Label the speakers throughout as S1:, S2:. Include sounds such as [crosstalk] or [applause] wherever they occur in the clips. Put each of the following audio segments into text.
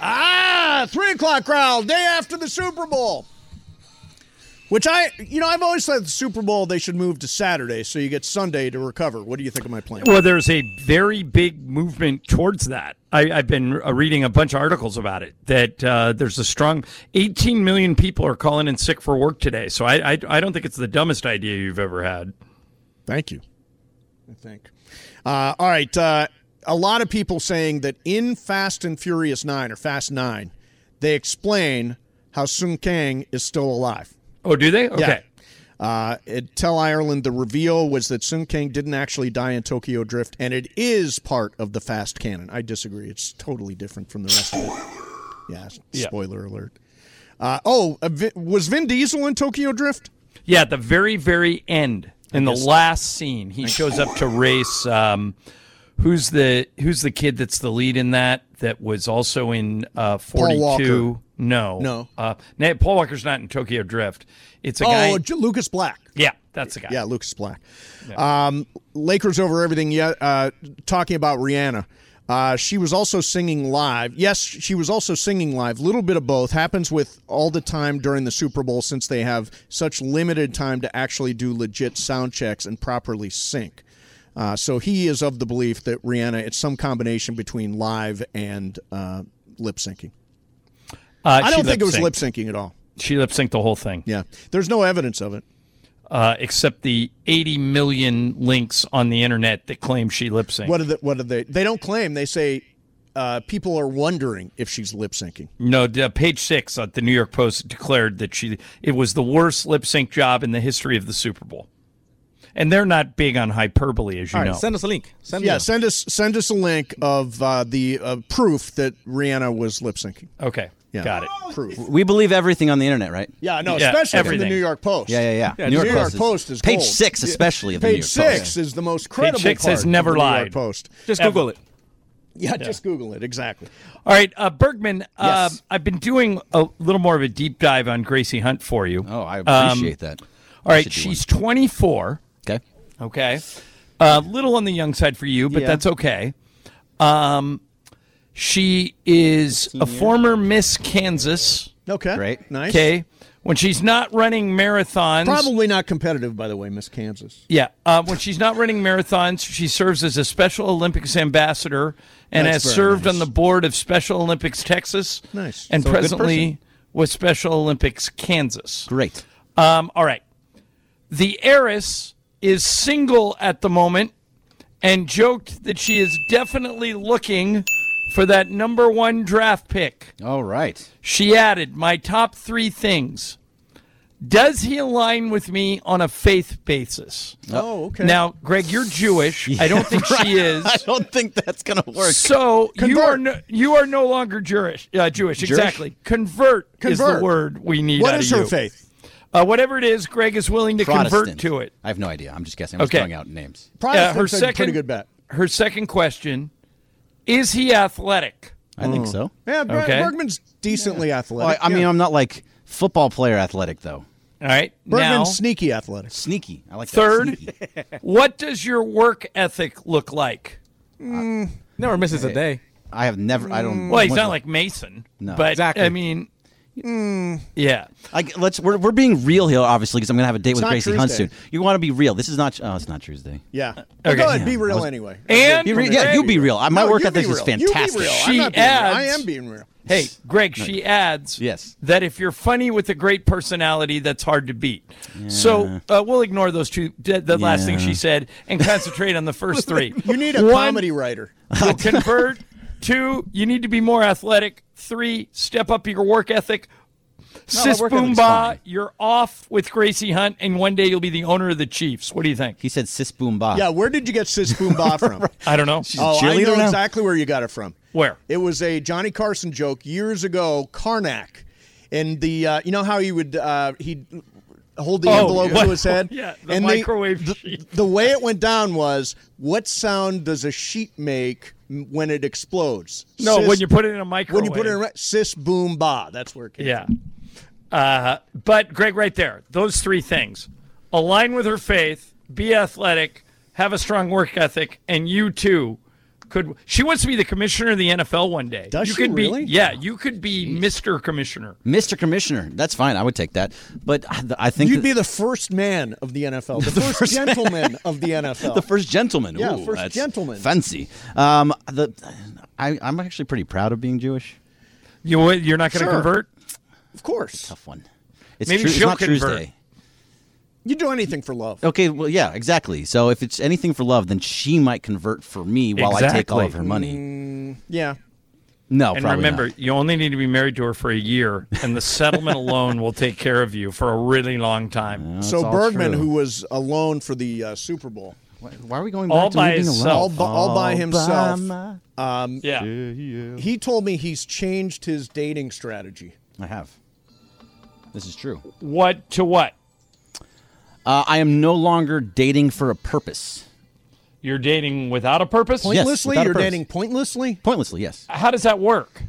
S1: Ah, three o'clock crowd, day after the Super Bowl. Which I, you know, I've always said the Super Bowl they should move to Saturday so you get Sunday to recover. What do you think of my plan?
S2: Well, there's a very big movement towards that. I, I've been uh, reading a bunch of articles about it. That uh, there's a strong 18 million people are calling in sick for work today. So I, I, I don't think it's the dumbest idea you've ever had.
S1: Thank you. I think. Uh, all right. Uh, a lot of people saying that in Fast and Furious 9 or Fast 9, they explain how Sun Kang is still alive.
S2: Oh, do they? Okay.
S1: Yeah. Uh, it, Tell Ireland the reveal was that Sun Kang didn't actually die in Tokyo Drift, and it is part of the Fast canon. I disagree. It's totally different from the rest of it. Yeah, s-
S2: Yeah.
S1: spoiler alert. Uh, oh, uh, Vin- was Vin Diesel in Tokyo Drift?
S2: Yeah, at the very, very end, in the last scene, he shows up to race. Um, who's the Who's the kid that's the lead in that? That was also in uh, Forty
S1: Walker.
S2: Two. No,
S1: No.
S2: Uh, na- Paul Walker's not in Tokyo Drift. It's a guy.
S1: Oh, J- Lucas Black.
S2: Yeah, that's the guy.
S1: Yeah, Lucas Black. Um, Lakers over everything. Yeah, uh, talking about Rihanna. Uh, she was also singing live. Yes, she was also singing live. Little bit of both happens with all the time during the Super Bowl since they have such limited time to actually do legit sound checks and properly sync. Uh, so he is of the belief that Rihanna it's some combination between live and uh, lip syncing.
S2: Uh,
S1: I
S2: she
S1: don't think it was
S2: lip-synced.
S1: lip syncing at all.
S2: She lip synced the whole thing,
S1: Yeah, there's no evidence of it.
S2: uh, except the 80 million links on the internet that claim she lip synced.
S1: What are the, what are they? They don't claim. They say uh, people are wondering if she's lip syncing.
S2: No, the uh, page six at the New York Post declared that she it was the worst lip sync job in the history of the Super Bowl, and they're not big on hyperbole, as you
S3: All right,
S2: know.
S3: send us a link. Send
S1: Yeah,
S3: us.
S1: send us send us a link of uh, the uh, proof that Rihanna was lip syncing.
S2: okay,
S1: Yeah.
S2: got it.
S1: Proof.
S3: We believe everything on the internet, right?
S1: Yeah, no,
S2: Yeah,
S1: especially from
S2: everything.
S1: the New York Post.
S3: Yeah, yeah, yeah.
S1: New, York, Post, is,
S3: page
S1: gold.
S3: six,
S1: Yeah,
S3: especially of the New
S1: Page
S3: York
S1: six
S3: Post.
S1: is the most credible.
S2: six
S1: part
S2: has never
S1: of the New York
S2: lied.
S1: Post.
S3: Just
S2: Ever.
S3: Google it.
S1: Yeah, just Google it. Exactly.
S2: All right, uh, Bergman. Uh,
S1: Yes.
S2: I've been doing a little more of a deep dive on Gracie Hunt for you.
S3: Oh, I
S2: Um,
S3: appreciate that.
S2: All
S3: should
S2: right,
S3: do one.
S2: she's 24.
S3: Okay.
S2: Okay. A little on the young side for you, but
S3: Yeah.
S2: that's okay. Um, she is a former Miss Kansas.
S1: Okay.
S3: Great.
S1: Nice.
S2: Okay. When she's not running marathons.
S1: Probably not competitive, by the way, Miss Kansas.
S2: Yeah. Uh, when she's not running marathons, she serves as a Special Olympics ambassador and
S1: That's
S2: has
S1: very
S2: served
S1: nice.
S2: on the board of Special Olympics Texas.
S1: Nice.
S2: And
S3: So a good
S2: presently with Special Olympics Kansas.
S3: Great.
S2: Um, all right. The heiress is single at the moment and joked that she is definitely looking for that number one draft pick.
S1: [laughs]
S3: All right.
S2: She added, My top three things. Does he align with me on a faith basis?
S1: Oh, okay.
S2: Now, Greg,
S1: [laughs]
S2: you're Jewish. I don't think she is.
S3: I don't think that's gonna work.
S2: So you
S1: Convert.
S2: are no, you are no longer Jewish. Uh, Jewish, exactly. Convert, is
S1: Convert.
S2: the word we need.
S1: what
S2: out
S1: is
S2: of
S1: her
S2: you.
S1: faith?
S2: Uh, whatever it is, Greg is willing to
S3: Protestant.
S2: convert to it.
S3: I have no idea. I'm just guessing. I'm just
S2: Okay.
S3: throwing out names.
S2: Uh,
S1: Protestants
S2: her
S1: are a
S2: second,
S1: pretty good bet.
S2: Her second question: Is he athletic?
S3: I
S2: Mm.
S3: think so.
S1: Yeah, Ber-
S2: Okay.
S1: Bergman's decently
S3: Well, I,
S1: athletic.
S3: I mean,
S1: yeah.
S3: I'm not like football player athletic though.
S2: All right. now,
S1: [laughs] Bergman's sneaky athletic.
S3: Sneaky. I like that.
S2: third,
S3: Sneaky.
S2: what does your work ethic look like?
S4: Never misses a day.
S3: I have never. I don't.
S2: Well, he's not like Mason,
S3: No.
S2: but
S4: Exactly.
S2: I mean, yeah.
S3: Like, let's. We're, we're being real here, obviously, because I'm gonna have a date with
S1: not
S3: Gracie Hunt
S1: Tuesday.
S3: soon. You want to be real. This is not. Oh, it's not Tuesday.
S1: Yeah. Well,
S2: okay.
S1: Go ahead, be
S3: Yeah,
S1: real
S3: I was-
S1: anyway.
S2: And
S3: Be re- yeah,
S2: Greg-
S3: you be real. Uh, My
S1: No,
S3: work
S1: you
S3: ethic
S1: be
S3: is
S1: real. You
S3: fantastic.
S1: be real.
S2: She
S1: I'm not being real. I
S2: adds-
S1: am being real.
S2: Hey, Greg, she adds
S3: Yes.
S2: that if you're funny with a great personality, that's hard to beat. So uh, we'll ignore those two, the, the last thing
S3: Yeah.
S2: she said, and concentrate on the
S1: [laughs]
S2: first three.
S1: You need a
S2: One,
S1: comedy writer.
S3: [laughs]
S2: You'll convert. Two, you need to be more athletic. Three, step up your work ethic. Sis
S3: work ethic's
S2: Boomba,
S3: fine.
S2: you're off with Gracie Hunt, and one day you'll be the owner of the Chiefs. What do you think?
S3: He said sis boom ba.
S1: Yeah, where did you get Sis Boomba from?
S3: [laughs]
S2: I don't know.
S3: She's a
S1: oh, I
S3: cheerleader
S1: know
S3: now?
S1: exactly where you got it from.
S2: Where?
S1: It was a Johnny Carson joke years ago, Karnak. And the, uh, you know how he would, uh, he'd hold the
S2: Oh,
S1: envelope
S2: yeah.
S1: to his head?
S2: [laughs] Yeah, the
S1: they-
S2: microwave
S1: the-
S2: sheet.
S1: the way it went down was, what sound does a sheet make when it explodes?
S2: No,
S1: Sis-
S2: when you put it in a microwave.
S1: when you put it in, a- Sis Boomba. That's where it came
S2: Yeah. Uh, but Greg, right there, those three things: align with her faith, be athletic, have a strong work ethic, and you too could she wants to be the commissioner of the NFL one day?
S1: Does
S2: you
S1: she
S2: could be,
S1: really?
S2: Yeah, you could be Mister Commissioner.
S3: Mr. Commissioner. That's fine. I would take that. But I, I think
S1: You'd
S3: that-
S1: be the first man of the
S2: [laughs]
S1: NFL, the, first,
S3: first-
S1: gentleman of the NFL.
S3: the first gentleman.
S1: Yeah,
S3: Ooh,
S1: first
S3: that's
S1: gentleman.
S3: Fancy. Um, the, I, I'm actually pretty proud of being Jewish.
S2: You would- you're not going to
S1: Sure.
S2: convert.
S3: Oh,
S1: of course.
S3: Tough one. It's,
S2: Maybe
S3: true, it's
S2: she'll
S3: not
S2: convert.
S3: Tuesday.
S1: You do anything for love.
S3: Okay, well, yeah, exactly. So if it's anything for love, then she might convert for me while I take all of
S2: Exactly.
S3: her money.
S1: Yeah.
S3: No,
S2: And
S3: probably
S2: remember,
S3: not.
S2: you only need to be married to her for a year, and the settlement
S3: [laughs]
S2: alone will take care of you for a really long time.
S3: it's
S1: so
S3: all
S1: Bergman,
S3: true.
S1: who was alone for the uh, Super Bowl,
S3: Why, why are we going back
S2: All
S3: to me
S2: by
S3: being
S2: itself.
S3: alone?
S1: all, bu- all by himself,
S3: my-
S2: yeah.
S1: he told me he's changed his dating strategy.
S3: I have. This is true.
S2: What to what?
S3: Uh, I am no longer dating for a purpose.
S2: You're dating without a purpose.
S3: Yes,
S1: Pointlessly,
S3: without a
S1: you're
S3: purpose.
S1: dating pointlessly.
S3: Pointlessly, yes.
S2: How does that work?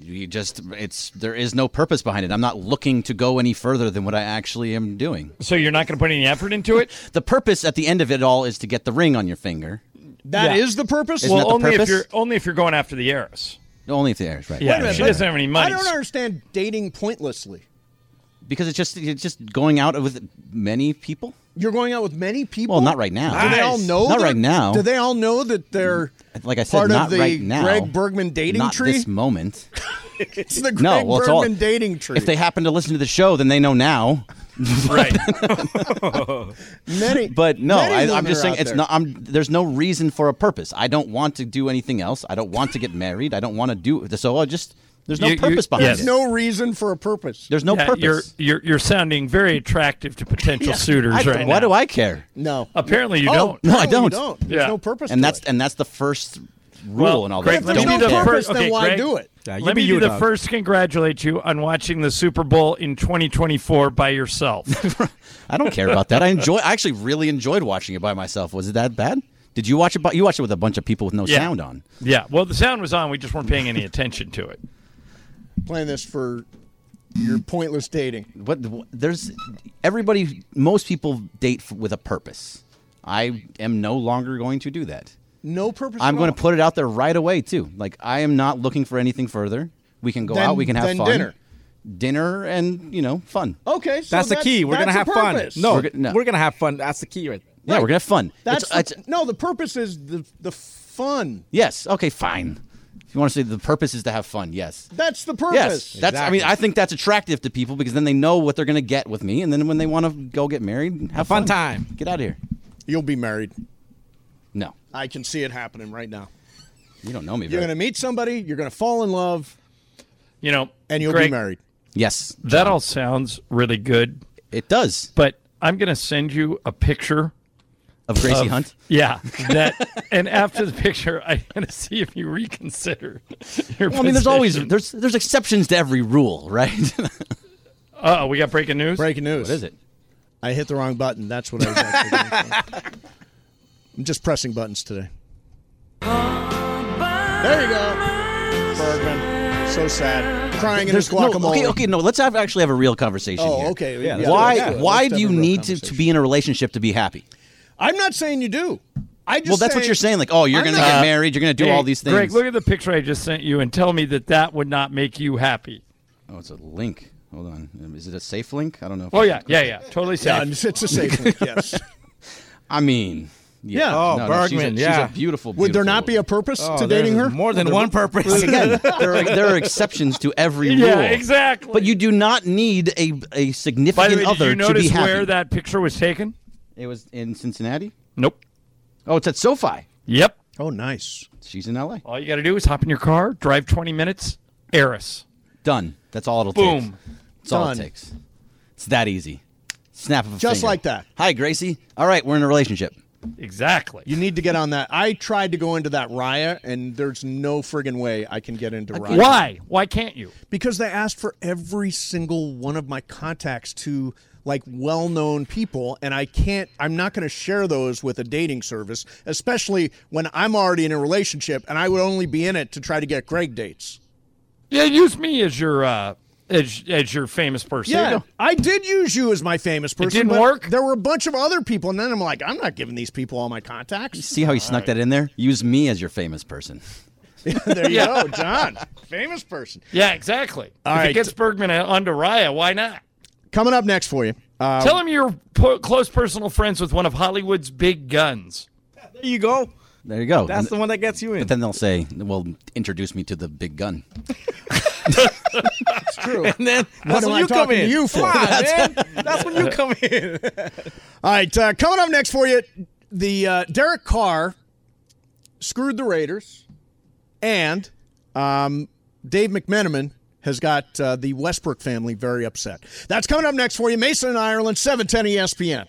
S3: You just it's there is no purpose behind it. I'm not looking to go any further than what I actually am doing.
S2: So you're not going to put any effort into
S3: [laughs]
S2: it?
S3: The purpose at the end of it all is to get the ring on your finger.
S1: That is
S2: Yeah.
S1: the purpose.
S3: Isn't
S2: well,
S3: that the
S2: only if
S3: purpose?
S2: you're only if you're going after the heiress.
S3: Only if the air is right.
S2: Yeah,
S1: minute,
S2: she
S1: but-
S2: doesn't have any
S1: I
S2: money.
S1: don't
S2: [laughs]
S1: understand dating pointlessly.
S3: Because it's just it's just going out with many people.
S1: You're going out with many people.
S3: Well, not right now.
S1: Do they all
S2: Nice.
S1: know?
S3: Not
S1: they're-
S3: right now. Mm,
S1: Do they all know that they're
S3: Like I said,
S1: part
S3: not
S1: of the
S3: right now.
S1: Greg Bergman dating
S3: not
S1: tree?
S3: this moment.
S1: [laughs] it's the Greg
S3: No, well, it's all-
S1: Bergman dating tree.
S3: if they [laughs] happen to listen to the show, then they know now.
S2: right.
S1: many,
S3: But no,
S1: many
S3: I,
S1: women
S3: I'm just
S1: are
S3: saying
S1: out
S3: it's
S1: there.
S3: not. I'm there's no reason for a purpose. I don't want to do anything else. I don't want to get married. I don't want to do so. I just there's no
S2: You- you-
S3: purpose behind
S2: yes.
S3: it.
S1: no reason for a purpose.
S3: there's [laughs] no
S2: Yeah,
S3: purpose.
S2: You're, you're you're sounding very attractive to
S3: [laughs]
S2: potential suitors
S3: I-
S2: right
S3: why
S2: now.
S3: do I care?
S1: No.
S2: Apparently you
S1: Oh,
S2: don't.
S3: No, I
S1: apparently you
S3: don't.
S1: There's
S2: Yeah.
S1: no purpose.
S3: and
S1: to
S3: that's
S1: it.
S3: and that's the first rule
S2: Well,
S3: and all
S2: Greg,
S3: that.
S2: let
S1: If
S2: me
S1: there's
S2: be
S3: Don't
S1: no
S2: the
S3: care.
S1: purpose,
S2: first.
S1: then
S2: okay,
S1: why
S2: Greg,
S1: do it?
S4: Yeah, you
S2: let
S4: be
S2: me
S4: you,
S2: be the
S4: dog.
S2: first to congratulate you on watching the Super Bowl in 2024 by yourself.
S3: [laughs] I don't care about that. I enjoy. I actually really enjoyed watching it by myself. Was it that bad? Did you watch it? By, you watched it with a bunch of people with no
S2: Yeah.
S3: sound on.
S2: yeah. Well, the sound was on. We just weren't paying any attention to it.
S1: Playing this for your pointless dating.
S3: What there's everybody. Most people date f- with a purpose. I am no longer going to do that.
S1: No purpose.
S3: I'm
S1: at
S3: going
S1: all.
S3: to put it out there right away too. Like I am not looking for anything further. We can go
S1: Then-
S3: out. We can have
S1: then
S3: fun.
S1: dinner.
S3: dinner, and you know, fun.
S2: Oh,
S1: Okay, so
S4: That's the key. We're gonna
S1: that's a
S4: have fun.
S1: purpose.
S4: No,
S3: We're
S4: we're,
S3: go- no.
S4: gonna have fun. That's the key, right?
S3: Yeah, we're gonna have fun.
S1: that's
S3: It's-
S1: the-
S3: it's-
S1: no. The purpose is the the fun.
S3: Yes. Okay. Fine. If you want to say the purpose is to have fun, yes.
S1: That's the purpose.
S3: Yes. That's. I mean,
S4: Exactly.
S3: I think that's attractive to people because then they know what they're going to get with me, and then when they want to go get married, have,
S4: fun time.
S3: Get out of here.
S1: You'll be married.
S3: No,
S1: I can see it happening right now.
S3: you don't know me.
S1: You're
S3: very-
S1: going to meet somebody. You're going to fall in love,
S2: You know.
S1: and you'll
S2: Greg,
S1: be married.
S3: Yes,
S2: That all sounds really good,
S3: it does.
S2: but I'm going to send you a picture
S3: Of Gracie Hunt.
S2: Yeah, [laughs] that. and after the picture, I'm gonna see if you reconsider your.
S3: Well, I mean, there's always
S2: position.
S3: there's there's exceptions to every rule, right? [laughs]
S2: Uh-oh, we got breaking news.
S1: Breaking news.
S3: what is it?
S1: I hit the wrong button. That's what I was actually doing.
S4: [laughs]
S1: I'm just pressing buttons today. There you go. Bergman. So sad. Crying in his
S3: no,
S1: guacamole.
S3: okay, okay, no. Let's have, actually have a real conversation.
S1: Oh,
S3: here.
S1: okay. Yeah, let's
S3: Why
S1: do it. Yeah,
S3: why
S1: let's
S3: do
S1: have
S3: you
S1: a real
S3: need to, to be in a relationship to be happy?
S1: I'm not saying you do. I just
S3: Well, that's what
S1: say-
S3: you're saying. Like, oh, you're
S1: I'm
S3: going to
S1: not-
S3: get married. You're going to do
S2: Hey,
S3: all these things.
S2: Greg, look at the picture I just sent you, and tell me that that would not make you happy.
S3: Oh, it's a link. Hold on. Um, Is it a safe link? I don't know. If
S2: Oh yeah, yeah, yeah, totally
S1: Yeah,
S2: safe.
S1: it's it's a [laughs] safe one. Yes.
S3: I mean, yeah.
S1: Yeah.
S4: Oh,
S3: she's a-
S4: Bergman,
S3: She's a,
S4: yeah.
S3: beautiful,
S1: Would there
S3: beautiful
S1: not be a
S3: woman.
S1: purpose
S4: Oh,
S1: to
S4: there's
S1: dating her?
S4: More than one purpose.
S3: Again, [laughs] there are, there are exceptions to every rule.
S2: [laughs] Yeah, exactly.
S3: But you do not need a a
S2: By
S3: significant
S2: the way, did
S3: other
S2: you
S3: to be
S2: notice
S3: happy.
S2: where that picture was taken?
S3: it was in Cincinnati.
S2: Nope.
S3: Oh, it's at SoFi.
S2: Yep.
S1: Oh, nice.
S3: She's in L.A.
S2: All you got to do is hop in your car, drive 20 minutes, Eris.
S3: Done. That's all it'll take.
S2: Boom.
S3: That's all it
S1: Done.
S3: takes. It's that easy. Snap of a
S1: Just
S3: finger.
S1: like that.
S3: Hi, Gracie. All right, we're in a relationship.
S2: Exactly.
S1: You need to get on that. I tried to go into that Raya, and there's no friggin' way I can get into Raya.
S2: Why? Why can't you?
S1: because they asked for every single one of my contacts to like well-known people and I can't I'm not going to share those with a dating service especially when I'm already in a relationship and I would only be in it to try to get Greg dates.
S2: Yeah, use me as your uh, as, as your famous person.
S1: Yeah, I did use you as my famous person.
S2: didn't
S1: but
S2: work?
S1: There were a bunch of other people, and then I'm like, I'm not giving these people all my
S2: [laughs]
S1: contacts.
S3: See how he snuck that in there? Use me as your famous person.
S1: there you go, John, famous person.
S2: Yeah, exactly. if
S1: right.
S2: it gets Bergman onto Raya, why not?
S1: Coming up next for you. Uh,
S2: Tell him you're po- close personal friends with one of Hollywood's big guns.
S4: [laughs] There you go.
S3: There you go.
S4: That's the
S3: And
S4: one that gets you in.
S3: then they'll say, "Well, introduce me to the big gun."
S4: [laughs] And then
S1: What
S4: that's
S1: am
S4: when
S1: I
S4: you come
S1: talking to
S4: in.
S1: you for?
S4: Come on, man. That's when you come in.
S1: all right, uh, coming up next for you, the uh, Derek Carr screwed the Raiders, and um, Dave McMenamin has got uh, the Westbrook family very upset. That's coming up next for you. Mason in Ireland, seven ten E ESPN.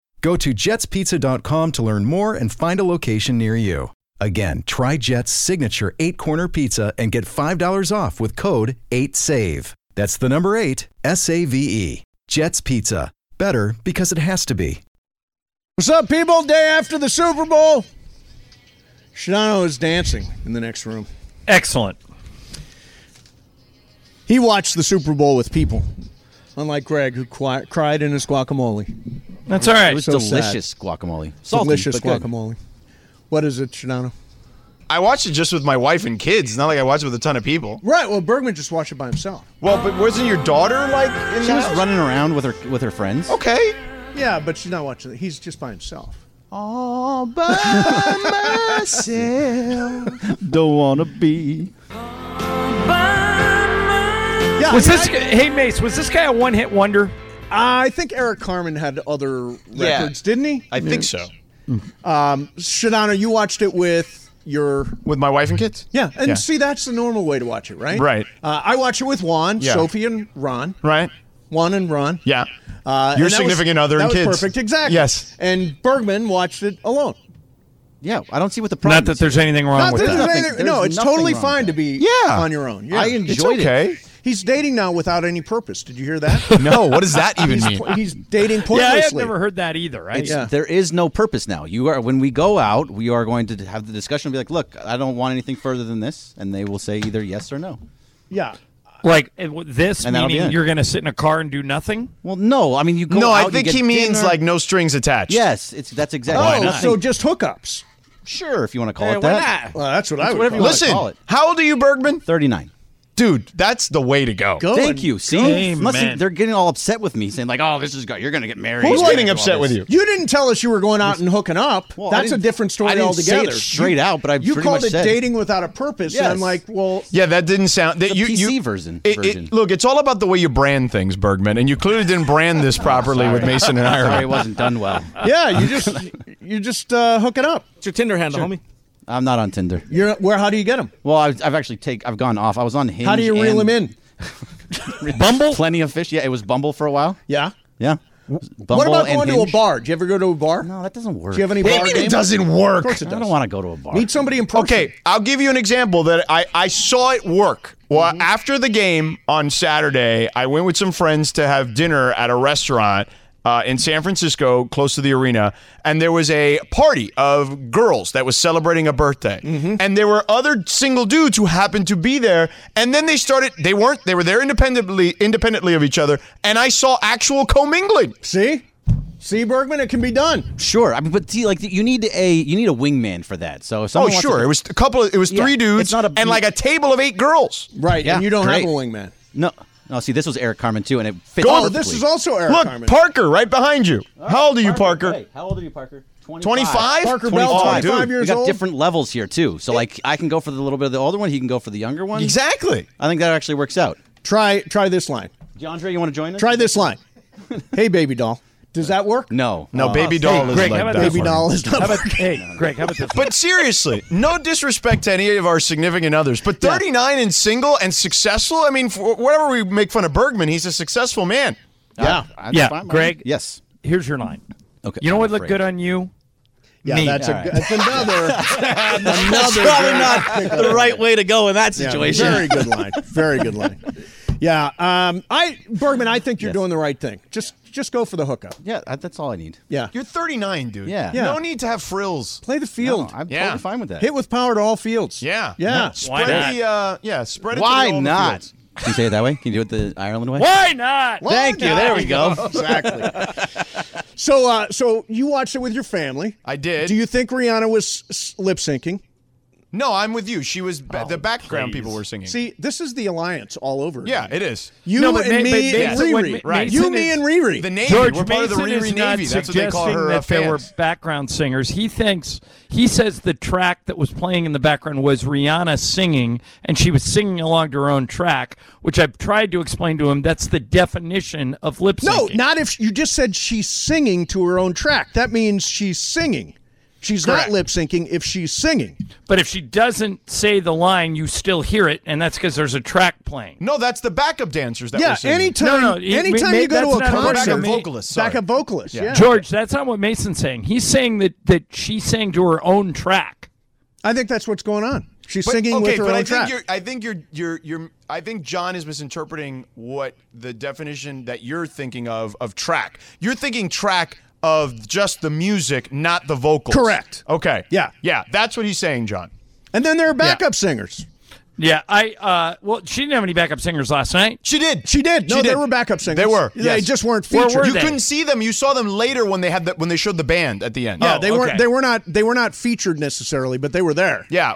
S5: Go to jetspizza.com to learn more and find a location near you. Again, try Jet's signature eight corner pizza and get $5 off with code 8SAVE. That's the number eight, S A V E. Jet's Pizza. Better because it has to be.
S1: What's up, people? Day after the Super Bowl. Shadano is dancing in the next room.
S2: Excellent.
S1: He watched the Super Bowl with people, unlike Greg, who qui- cried in his guacamole.
S2: That's all right.
S3: It was
S1: So
S3: delicious guacamole. Salty,
S1: Delicious
S3: but good.
S1: guacamole. What is it, Shadano?
S6: I watched it just with my wife and kids. It's not like I watched it with a ton of people.
S1: Right. Well, Bergman just watched it by himself.
S6: Well, but wasn't your daughter like in
S3: She
S6: the
S3: was
S6: house?
S3: running around with her with her friends.
S1: Oh,
S6: Okay.
S1: Yeah, but she's not watching it. He's just by himself.
S3: All by myself. Don't wanna be.
S1: Yeah.
S2: Was
S1: I-
S2: this? Hey Mace, was this guy a one-hit wonder?
S1: I think Eric Carmen had other records,
S6: Yeah.
S1: didn't he?
S6: I think so.
S1: Shadano, you watched it with your
S6: With my wife and kids?
S1: yeah, and see that's the normal way to watch it, right?
S6: Right.
S1: Uh, I watch it with Juan,
S6: Yeah.
S1: Sophie, and Ron.
S6: Right?
S1: Juan and Ron.
S6: Yeah.
S1: Uh, and that
S6: Your
S1: was-
S6: significant other
S1: that
S6: and
S1: was
S6: kids.
S1: perfect, exactly.
S6: Yes.
S1: And Bergman watched it alone.
S3: Yeah, I don't see what the problem.
S2: Not that
S3: is.
S2: there's anything wrong
S1: Not
S2: with
S1: that
S2: that.
S1: there's
S3: Nothing-
S1: anything- no,
S3: there's
S1: it's
S3: nothing
S1: totally
S3: wrong
S1: fine to
S3: with
S1: be
S6: Yeah.
S1: on your own. Yeah.
S3: I
S6: It's
S3: enjoyed it.
S6: okay.
S1: He's dating now without any purpose. Did you hear that?
S6: [laughs] No, what does that even
S1: [laughs] he's,
S6: mean?
S1: he's dating
S2: Yeah, I
S1: pointlessly.
S2: had never heard that either. Right?
S1: Yeah.
S3: There is no purpose now. You are when we go out, we are going to have the discussion. Be like, look, I don't want anything further than this, and they will say either yes or no.
S1: Yeah.
S2: Like it- w- this
S3: And that'll be
S2: meaning
S3: it.
S2: you're going to sit in a car and do nothing?
S3: Well, no. I mean, you go.
S6: No,
S3: out,
S6: I
S3: you
S6: think
S3: get
S6: he means
S3: dinner.
S6: like no strings attached.
S3: Yes, it's that's exactly. what
S1: Oh,
S3: I'm
S1: so
S3: saying.
S1: just hookups.
S3: sure, if you want to call
S4: Hey,
S3: it
S4: why
S3: that.
S4: not?
S1: Well, that's what I would.
S3: whatever
S1: call
S3: you
S1: it.
S3: want. Call it.
S6: Listen, how old are you, Bergman?
S3: Thirty-nine.
S6: Dude, that's the way to go.
S1: Go
S3: Thank
S1: and-
S3: you. See,
S2: Amen.
S3: Unless they- they're getting all upset with me, saying like, "Oh, this is go- you're going to get married."
S6: Who's
S3: You're
S6: getting
S3: gonna do all
S6: upset
S3: this.
S6: with you?
S1: You didn't tell us you were going out and hooking up.
S3: Well, I
S1: That's a
S3: didn't-
S1: different story
S3: I didn't say it
S1: altogether.
S3: straight
S1: You-
S3: out, but I
S1: you
S3: pretty
S1: called
S3: much
S1: it
S3: said it.
S1: dating without a purpose, and
S3: Yes.
S1: I'm like, well,
S6: Yeah, that didn't sound that
S3: a
S6: you,
S3: PC
S6: you
S3: version-
S6: It,
S3: version.
S6: It, look, it's all about the way you brand things, Bergman, and you clearly didn't brand this properly with
S3: [laughs]
S6: Mason and
S3: Sorry, it
S6: Ireland.
S3: wasn't done well.
S1: yeah,
S3: [laughs]
S1: you just you just uh, hook it up.
S4: It's your Tinder handle, homie.
S3: I'm not on Tinder.
S1: You're where? How do you get them?
S3: Well, I've, I've actually take. I've gone off. I was on Hinge.
S1: How do you reel
S3: and
S1: them
S3: [laughs]
S1: in?
S3: Bumble. Plenty of fish. Yeah, it was Bumble for a while.
S1: Yeah.
S3: Yeah. Bumble
S1: What about
S3: and
S1: going to a
S3: Hinge.
S1: bar? Do you ever go to a bar?
S3: No, that doesn't work.
S1: Do you have any
S6: What do you
S1: bar
S6: mean
S1: games?
S6: it doesn't work?
S1: Of course it
S3: I
S1: does.
S3: don't want to go to a bar.
S1: Meet somebody in person.
S6: Okay, I'll give you an example that I, I saw it work.
S3: Mm-hmm.
S6: Well, after the game on Saturday, I went with some friends to have dinner at a restaurant uh, in San Francisco, close to the arena, and there was a party of girls that was celebrating a birthday,
S3: Mm-hmm.
S6: and there were other single dudes who happened to be there, and then they started. They weren't. They were there independently, independently of each other, and I saw actual commingling.
S1: See, see Bergman, it can be done.
S3: Sure, I mean, but see, like you need a you need a wingman for that. So if
S6: Oh,
S3: someone wants
S6: sure.
S3: to-
S6: It was a couple. Of, it was
S3: Yeah,
S6: three
S3: it's
S6: dudes
S3: not a-
S6: and like a table of eight girls.
S1: Right.
S3: Yeah,
S1: and you don't
S3: great.
S1: have a wingman.
S3: no. No, see, this was Eric Carmen too, and it fits.
S1: Oh,
S3: perfectly.
S1: this is also Eric
S6: Look,
S1: Carmen.
S6: Parker, right behind you. How old are you, Parker?
S3: Hey, how old are you, Parker? 25.
S6: 25?
S1: Parker Bell,
S6: Oh,
S1: 25
S6: dude.
S1: years
S3: we got
S1: old.
S3: different levels here too. So like, I can go for the little bit of the older one. He can go for the younger one.
S6: Exactly.
S3: I think that actually works out.
S1: Try try this line.
S3: DeAndre, you want to join us?
S1: Try this line. hey, baby doll. Does that work?
S3: No.
S6: No, baby doll is
S2: Greg,
S6: like
S2: how about
S6: that.
S2: this
S1: Baby
S6: one.
S1: doll is not
S2: How about [laughs]
S1: working.
S2: hey, Greg? How about this?
S6: But seriously, no disrespect to any of our significant others, but 39 and single and successful. I mean, for whatever we make fun of Bergman, he's a successful man.
S3: Yeah.
S2: Yeah, Greg.
S3: Yes.
S2: Here's your line.
S3: Okay.
S2: You know
S3: I'm
S2: what looked
S3: afraid.
S2: good on you?
S1: Yeah,
S2: Me.
S1: that's, a,
S2: All right.
S1: that's another.
S3: [laughs] That's
S1: another
S3: probably
S1: great
S4: [laughs]
S3: not the right way to go in that
S1: Yeah,
S3: situation.
S1: Very good line. Very good line. Yeah, um, I Bergman, I think you're doing the right thing. Just just go for the hookup.
S3: Yeah, that- that's all I need.
S1: Yeah,
S6: You're 39, dude.
S3: Yeah.
S1: Yeah.
S6: No need to have frills.
S1: play the
S3: No,
S1: field.
S3: I'm
S6: Yeah.
S3: totally fine with that.
S1: Hit with power to all fields.
S6: Yeah.
S1: yeah.
S2: Why
S6: Spread the, uh, yeah, spread it to the
S3: Why
S6: all the
S3: not?
S6: fields.
S3: Can you say it that way? Can you do it the Ireland way?
S2: Why not?
S3: Thank you. There
S2: [laughs]
S3: we go.
S1: exactly. so, uh, so you watched it with your family.
S6: I did.
S1: Do you think Rihanna was lip syncing?
S6: No, I'm with you. She was ba- the
S2: Oh,
S6: background
S2: please.
S6: people were singing.
S1: See, this is the alliance all over.
S6: yeah,
S1: again.
S6: it is.
S1: you
S2: No, but
S1: and
S2: Ma-
S1: me
S2: but
S1: and
S2: Mason-
S1: Riri.
S2: what Ma- Mason
S1: You, me,
S2: is-
S1: and Riri.
S6: The Navy.
S2: George
S6: we're part of the
S2: Mason
S6: Riri
S2: is not
S6: Navy. That's what
S2: suggesting
S6: they call her.
S2: that
S6: uh,
S2: there were
S6: fans.
S2: background singers. He thinks he says the track that was playing in the background was Rihanna singing, and she was singing along to her own track, which I've tried to explain to him. That's the definition of lip
S1: no,
S2: sync.
S1: Oh, not if you just said she's singing to her own track. That means she's singing. She's
S6: Correct.
S1: not lip syncing if she's singing.
S2: But if she doesn't say the line, you still hear it, and that's because there's a track playing.
S6: No, that's the backup dancers that
S1: Yeah,
S6: were singing.
S1: anytime,
S2: No, no, it-
S1: anytime
S2: ma-
S1: you go to a
S2: that's not what
S1: concert,
S2: I mean. Backup
S6: vocalist, sorry.
S1: backup vocalist. Yeah.
S2: George, that's not what Mason's saying. He's saying that that she sang to her own track.
S1: I think that's what's going on. She's
S6: But-
S1: singing
S6: okay,
S1: with her
S6: but
S1: own
S6: I think
S1: track.
S6: You're, I think you're, you're, you're, I think John is misinterpreting what the definition that you're thinking of of track. You're thinking track of just the music, not the vocals.
S1: Correct.
S6: Okay.
S1: Yeah.
S6: Yeah. That's what he's saying, John.
S1: and then there are backup singers.
S2: Yeah, I uh, well, she didn't have any backup singers last night.
S6: She did.
S1: She did. No,
S6: She
S1: there were backup singers.
S6: There were.
S1: They
S6: yes.
S1: just weren't
S2: Where
S1: featured.
S2: were
S6: You
S2: they?
S6: couldn't see them. You saw them later when they had the, when they showed the band at the end. Oh,
S1: Yeah, they
S2: okay.
S1: weren't. They were not. They were not featured necessarily, but they were there.
S6: Yeah.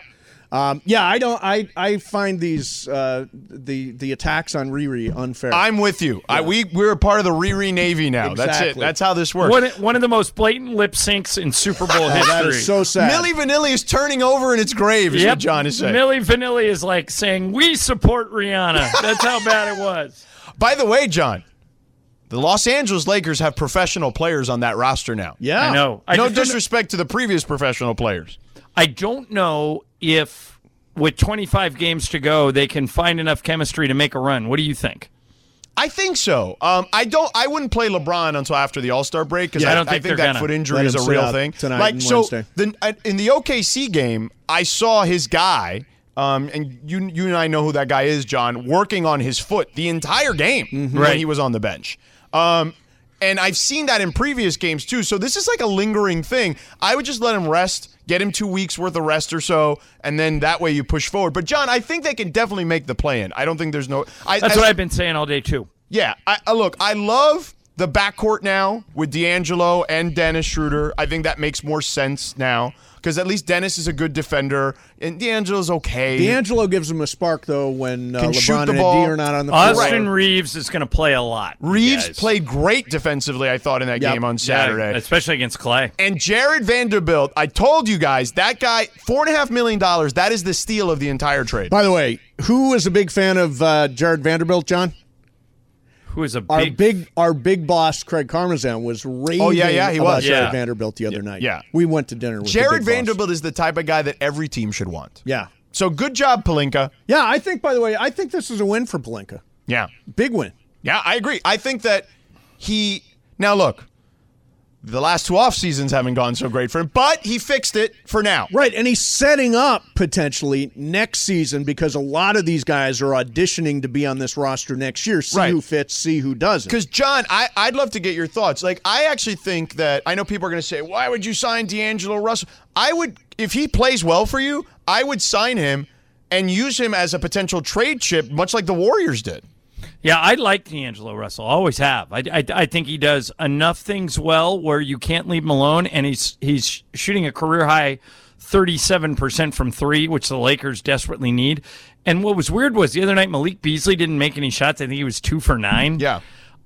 S1: Um, yeah, I don't. I I find these uh, the the attacks on Riri unfair.
S6: I'm with you. I, we we're a part of the Riri Navy now. That's it.
S1: Exactly.
S6: That's how this works.
S2: One, one of the most blatant lip syncs in Super Bowl history.
S1: Oh, that is so sad.
S6: Millie Vanilli is turning over in its grave. Is what John is saying.
S2: Millie Vanilli is like saying, "We support Rihanna." That's how bad it was.
S6: By the way, John, the Los Angeles Lakers have professional players on that roster now.
S1: yeah,
S2: I know. I
S6: no
S2: just don't-
S6: disrespect to the previous professional players.
S2: I don't know if with 25 games to go, they can find enough chemistry to make a run. What do you think?
S6: I think so. Um, I don't. I wouldn't play LeBron until after the All Star break because
S2: Yeah,
S6: I,
S2: I don't think
S6: think
S2: they're
S6: that
S2: gonna.
S6: foot injury
S1: Let
S6: is
S1: him
S6: a
S1: sit
S6: real
S1: out
S6: thing.
S1: tonight
S6: like
S1: and
S6: so,
S1: Wednesday.
S6: the, I- in the OKC game, I saw his guy. Um, and you, you and I know who that guy is, John. Working on his foot the entire game when
S1: Mm-hmm.
S2: Right.
S6: he was on the bench. Um, and I've seen that in previous games too. So this is like a lingering thing. I would just let him rest, get him two weeks worth of rest or so, and then that way you push forward. But John, I think they can definitely make the play in. I don't think there's no. I,
S2: That's
S6: I,
S2: what I've been saying all day too.
S6: yeah, I, I look, I love the backcourt now with D'Angelo and Dennis Schroeder. I think that makes more sense now because at least Dennis is a good defender and D'Angelo's okay.
S1: D'Angelo gives him a spark though when uh,
S6: Can shoot
S1: LeBron
S6: the
S1: and
S6: ball.
S1: AD are not on the floor.
S2: Austin Reeves is going to play a lot.
S6: Reeves
S2: guys.
S6: played great defensively, I thought, in that
S1: Yep.
S6: game on
S2: Yeah,
S6: Saturday.
S2: especially against Clay.
S6: and Jared Vanderbilt, I told you guys, that guy, $4.5 million, that is the steal of the entire trade.
S1: By the way, who is a big fan of uh, Jared Vanderbilt, John?
S2: Who is a
S1: Our
S2: big,
S1: big, our big boss Craig Parmesan was raving.
S6: Oh, yeah, yeah, he
S1: about
S6: was.
S1: Jared
S2: Yeah.
S1: Vanderbilt the other night.
S6: yeah.
S1: we went to dinner with the
S6: Jared
S1: big boss.
S6: Vanderbilt is the type of guy that every team should want.
S1: Yeah,
S6: So good job, Palinka.
S1: yeah. I think, by the way, I think this is a win for Palenka.
S6: Yeah.
S1: Big win.
S6: Yeah, I agree. I think that he now look. The last two off seasons haven't gone so great for him, but he fixed it for now.
S1: Right, and he's setting up potentially next season because a lot of these guys are auditioning to be on this roster next year. See
S6: Right.
S1: who fits, see who doesn't.
S6: Because John, I, I'd love to get your thoughts. Like, I actually think that I know people are going to say, "Why would you sign D'Angelo Russell?" I would, if he plays well for you, I would sign him and use him as a potential trade chip, much like the Warriors did.
S2: Yeah, I like D'Angelo Russell. Always have. I, I, I think he does enough things well where you can't leave him alone, and he's he's shooting a career high 37% from three, which the Lakers desperately need. And what was weird was the other night, Malik Beasley didn't make any shots. I think he was two for nine.
S6: Yeah.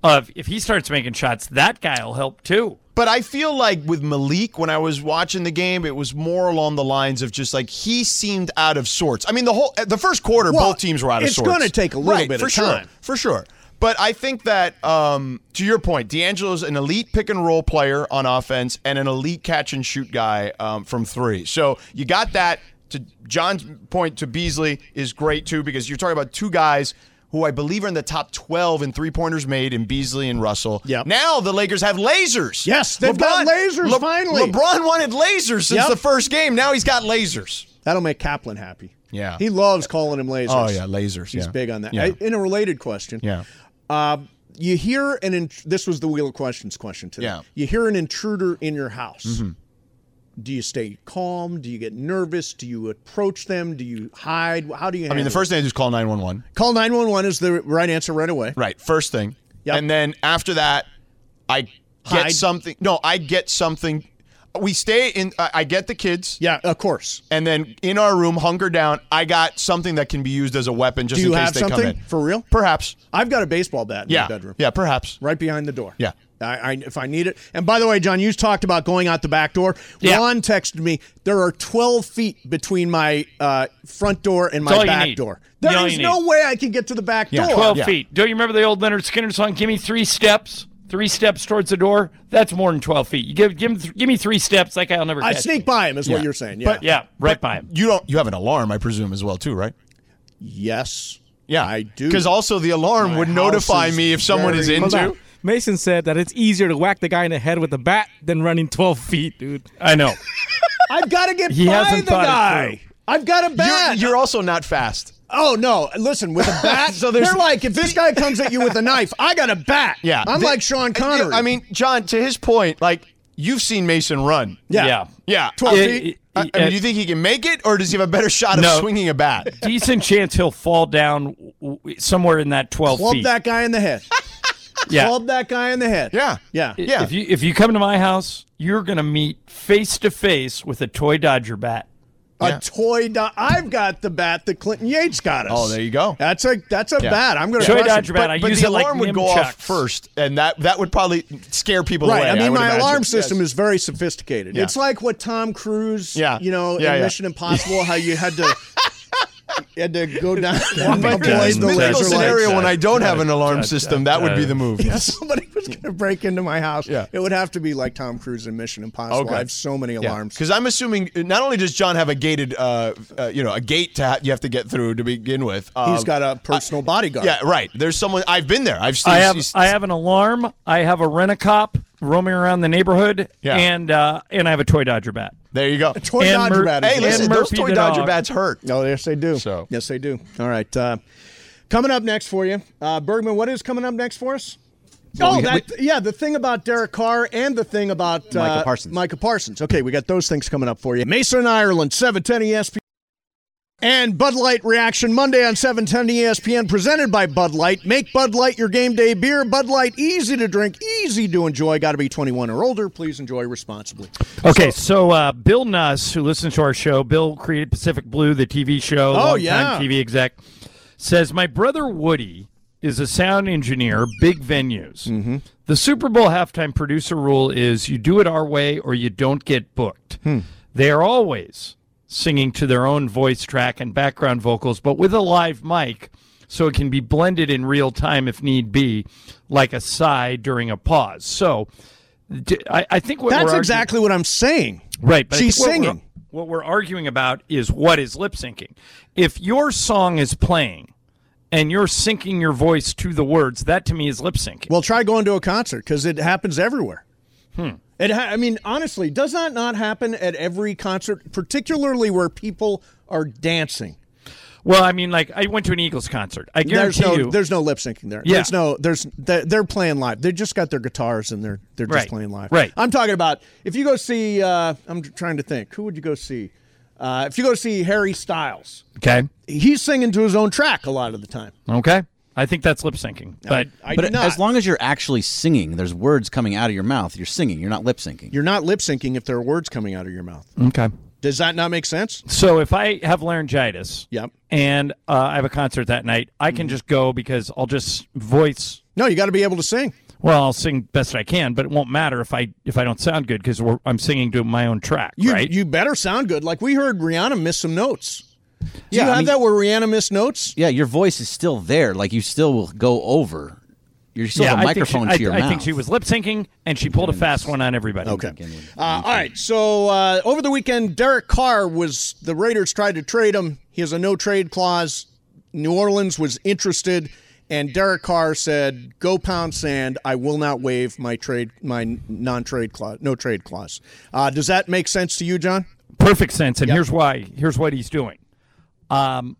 S2: Uh, if- if he starts making shots, that guy will help too.
S6: But I feel like with Malik, when I was watching the game, it was more along the lines of just like he seemed out of sorts. I mean, the whole the first quarter,
S1: Well,
S6: both teams were out of
S1: it's
S6: sorts.
S1: gonna take a little
S6: Right,
S1: bit of
S6: for sure,
S1: time.
S6: for sure. But I think that um, to your point, D'Angelo's an elite pick and roll player on offense and an elite catch and shoot guy um, from three. So you got that. To John's point, to Beasley is great too because you're talking about two guys. Who I believe are in the top 12 in three pointers made in Beasley and Russell.
S1: Yep.
S6: Now the Lakers have lasers.
S1: Yes, they've got lasers, finally.
S6: LeBron wanted lasers since
S1: Yep.
S6: the first game. Now he's got lasers.
S1: That'll make Kaplan happy.
S6: Yeah. Oh,
S1: He loves calling him lasers.
S6: lasers.
S1: He's big on that.
S6: Yeah.
S1: I- in a related question,
S6: Yeah.
S1: uh, you hear an in- this was the Wheel of Questions question today.
S6: Yeah.
S1: You hear an intruder in your house. Do you stay calm? Do you get nervous? Do you approach them? Do you hide? How do you?
S6: I mean, the first thing I do is call 911.
S1: call nine one one is the right answer right away.
S6: Right. First thing.
S1: Yep.
S6: And then after that, I get
S1: Hide.
S6: something. No, I get something. We stay in. I I get the kids,
S1: Yeah, of course.
S6: and then in our room, hunker down. I got something that can be used as a weapon
S1: Do
S6: just
S1: you
S6: in case
S1: have
S6: they
S1: something
S6: come in.
S1: for real?
S6: Perhaps.
S1: I've got a baseball bat in
S6: Yeah.
S1: my bedroom.
S6: Yeah. Perhaps.
S1: right behind the door.
S6: Yeah.
S1: I, I, if I need it. And by the way, John, you talked about going out the back door.
S2: Yeah.
S1: Ron texted me, there are 12 feet between my uh, front door and my
S2: all you
S1: back
S2: need.
S1: door.
S2: It's
S1: There
S2: all
S1: is
S2: you
S1: no
S2: need.
S1: way I can get to the back door.
S2: 12
S6: Yeah.
S2: feet. Don't you remember the old Leonard Skinner song? Give me three steps. Three steps towards the door. That's more than 12 feet. You give give, him th- give me three steps. That guy'll never
S1: I
S2: catch
S1: sneak
S2: me.
S1: by him, is
S6: Yeah.
S1: what you're saying. Yeah.
S6: But-
S2: Yeah, right by him.
S6: You don't. You have an alarm, I presume, as well, too, right?
S1: yes.
S6: Yeah,
S1: I do.
S6: Because also the alarm
S1: My
S6: would
S1: house
S6: notify
S1: is
S6: me if someone is
S1: very-
S4: Hold
S6: [laughs] into.
S4: on. Mason said that it's easier to whack the guy in the head with a bat than running 12 feet, dude.
S6: Uh,
S2: I know.
S1: I've got to get
S2: He
S1: by
S2: hasn't
S1: the
S2: thought it
S1: guy.
S2: through.
S1: I've got a
S6: [laughs] You're,
S1: bat.
S6: you're also not fast.
S1: oh no! Listen, with
S6: [laughs]
S1: a bat,
S6: So
S1: so
S6: there's-
S1: they're like, if this guy comes at you with a knife, I got a bat.
S6: Yeah,
S1: I'm
S6: Th-
S1: like Sean Connery.
S6: I mean, John, to his point, like you've seen Mason run.
S1: yeah,
S2: Yeah.
S6: Yeah,
S1: twelve
S2: Yeah,
S1: feet.
S2: yeah.
S6: I, I mean,
S2: Uh,
S6: do you think he can make it, or does he have a better [laughs] shot of
S2: No.
S6: swinging a bat?
S2: [laughs] Decent chance he'll fall down w- w- somewhere in that 12
S1: Club
S2: feet.
S1: that guy in the head.
S2: yeah.
S1: club that guy in the head.
S6: Yeah.
S1: Yeah.
S6: Yeah.
S2: If you if you come to my house, you're gonna meet face to face with a toy Dodger bat.
S1: A
S6: Yeah.
S1: toy. Do- I've got the bat that Clinton Yates got us.
S6: Oh, there you go.
S1: That's a that's a
S6: Yeah.
S1: bat. I'm gonna
S2: Toy
S1: crush it.
S2: Dodger bat.
S6: but
S2: I
S6: but
S2: use
S6: the
S2: it like
S6: alarm would go off
S2: nunchucks.
S6: first, and that that would probably scare people
S1: Right.
S6: away.
S1: I mean,
S6: would
S1: my
S6: imagine.
S1: alarm
S6: Yes.
S1: system is very sophisticated. It's like what Tom Cruise,
S6: Yeah.
S1: you know,
S6: Yeah,
S1: in
S6: yeah.
S1: Mission Impossible, how you had to. you had to
S6: [laughs]
S1: go down and
S2: my
S1: avoid
S2: God.
S1: the
S2: Mythical
S1: laser
S6: Middle
S1: lights.
S6: scenario [laughs] when I don't have an alarm
S2: Uh,
S6: system, that would be
S2: uh,
S6: the move.
S1: If [laughs] somebody was going to break into my house,
S6: Yeah.
S1: it would have to be like Tom Cruise in Mission Impossible.
S6: Okay.
S1: I have so many alarms.
S6: Because I'm assuming not only does John have a gated, uh, uh, you know, a gate to ha- you have to get through to begin with. Um,
S1: He's got a personal bodyguard.
S6: yeah, right. There's someone. I've been there. I've seen.
S2: I have I have an alarm. I have a rent a cop roaming around the neighborhood,
S6: Yeah.
S2: and uh, and I have a toy Dodger bat.
S6: there you go.
S1: Toy
S2: And
S1: Dodger
S2: Mer-
S1: bat. is
S6: Hey,
S1: a-
S6: listen,
S2: And
S6: those
S2: Murphy
S6: toy
S2: the
S6: Dodger
S2: dog.
S6: bats hurt.
S1: Oh, yes, they do.
S6: So-
S1: yes, they do. All right. Uh, coming up next for you, uh, Bergman. What is coming up next for us? oh,
S3: we-
S1: that, yeah, the thing about Derek Carr and the thing about uh,
S3: Micah Parsons.
S1: Micah Parsons. Okay, we got those things coming up for you. Mason Ireland, seven ten E ESPN. And Bud Light Reaction Monday on E 710 ESPN, presented by Bud Light. Make Bud Light your game day beer. Bud Light, easy to drink, easy to enjoy. Got to be 21 or older. Please enjoy responsibly.
S2: Okay, so uh, Bill Nuss, who listens to our show, Bill created Pacific Blue, the TV show. longtime
S1: Oh, yeah.
S2: TV exec says my brother Woody is a sound engineer, big venues.
S1: Mm-hmm.
S2: The Super Bowl halftime producer rule is you do it our way or you don't get booked.
S1: Hmm.
S2: They are always singing to their own voice track and background vocals, but with a live mic. So it can be blended in real time if need be, like a sigh during a pause. So, d- I, I think what
S1: That's
S2: we're arguing-
S1: exactly what I'm saying.
S2: Right, but I
S1: She's
S2: think what we're-
S1: singing.
S2: What we're arguing about is what is lip syncing. If your song is playing and you're syncing your voice to the words, that to me is lip syncing.
S1: Well, try going to a concert because it happens everywhere. It, ha- I mean, honestly, does that not happen at every concert, particularly where people are dancing?
S2: Well, I mean, like I went to an Eagles concert. I
S1: There's
S2: guarantee
S1: no,
S2: you,
S1: there's no lip syncing there.
S2: Yeah.
S1: There's no, there's they're, they're playing live. They just got their guitars and they're they're just
S2: Right.
S1: playing live.
S2: Right.
S1: I'm talking about if you go see. Uh, I'm trying to think. Who would you go see? Uh, if you go see Harry Styles,
S2: okay,
S1: he's singing to his own track a lot of the time.
S2: okay. I think that's lip syncing. But
S1: I do
S3: But
S1: not.
S3: as long as you're actually singing, there's words coming out of your mouth. You're singing. You're not lip syncing.
S1: You're not lip syncing if there are words coming out of your mouth.
S2: okay,
S1: Does that not make sense?
S2: So if I have laryngitis,
S1: Yep. Mm-hmm.
S2: and uh, I have a concert that night, I can just go because I'll just voice.
S1: No, you got to be able to sing.
S2: Well, I'll sing best I can, but it won't matter if I if I don't sound good because I'm singing to my own track,
S1: You,
S2: right?
S1: you better sound good. Like we heard Rihanna miss some notes. Do
S3: Yeah, I
S1: you have
S3: mean-
S1: that where Rihanna missed notes?
S3: Yeah, your voice is still there. Like you still will go over. You still have a
S2: I think she-
S3: microphone
S2: I-
S3: to your
S2: I,
S3: mouth.
S2: think she was lip syncing and she pulled a fast one on everybody.
S1: Okay. Uh, all right. So uh, over the weekend, Derek Carr was the Raiders tried to trade him. He has a no trade clause. New Orleans was interested, and Derek Carr said, "Go pound sand. I will not waive my trade, my non-trade clause, no trade clause." Uh, does that make sense to you, John?
S2: perfect sense. And here's why. Here's what he's doing. Um,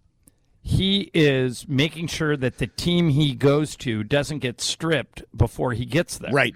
S2: he is making sure that the team he goes to doesn't get stripped before he gets there.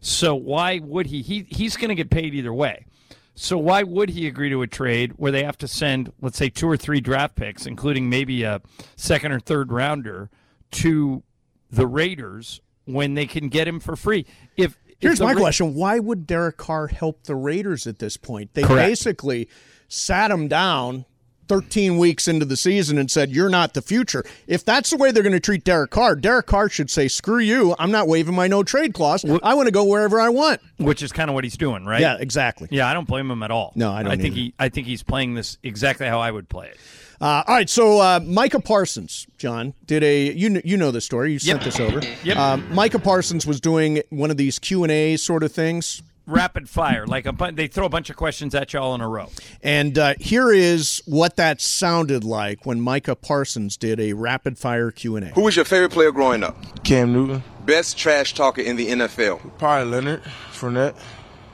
S2: So why would he? He he's going to get paid either way. So why would he agree to a trade where they have to send, let's say, two or three draft picks, including maybe a second or third rounder, to the Raiders when they can get him for free? If if
S1: Here's
S2: the
S1: my
S2: Ra-
S1: question: Why would Derek Carr help the Raiders at this point? They
S2: Correct.
S1: basically sat him down 13 weeks into the season and said, "You're not the future." If that's the way they're going to treat Derek Carr, Derek Carr should say, "Screw you! I'm not waiving my no trade clause. I want to go wherever I want."
S2: which is kind of what he's doing, right?
S1: Yeah, exactly.
S2: Yeah, I don't blame him at all.
S1: No, I don't
S2: I
S1: either.
S2: think he. I think he's playing this exactly how I would play it.
S1: Uh, all right, so uh, Micah Parsons, John, did a you kn- you know this story. You sent this over.
S2: Yep.
S1: Um, Micah Parsons was doing one of these Q and A sort of things.
S2: Rapid fire, like a bun- they throw a bunch of questions at you all in a row.
S1: And uh, here is what that sounded like when Micah Parsons did a rapid fire Q and A.
S7: Who was your favorite player growing up?
S8: Cam Newton,
S7: Best trash talker in the NFL.
S8: probably Leonard Fournette,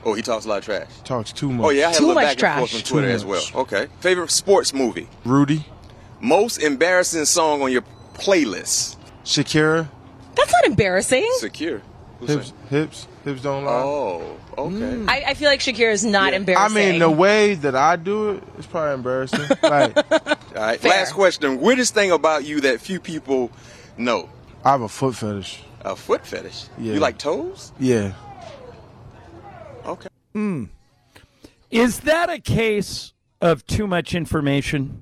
S7: Oh, he talks a lot of trash.
S8: talks too much.
S7: Oh yeah, I had
S9: Too
S7: a little
S9: much
S7: back
S9: trash.
S7: and forth on Twitter
S8: Too
S7: as well.
S8: much.
S7: Okay. Favorite sports movie.
S8: Rudy,
S7: Most embarrassing song on your playlist.
S8: Shakira,
S9: That's not embarrassing.
S7: Secure. Who's
S8: hips,
S7: that?
S8: hips, hips don't lie.
S7: Oh, okay.
S9: Mm. I, I feel like Shakira is not
S8: I
S9: embarrassing.
S8: mean, the way that I do it is probably embarrassing.
S9: [laughs]
S8: like,
S7: All right. Last question. Weirdest thing about you that few people know?
S8: I have a foot fetish.
S7: A foot fetish.
S8: Yeah.
S7: You like toes?
S8: Yeah.
S7: Okay.
S2: Is that a case of too much information?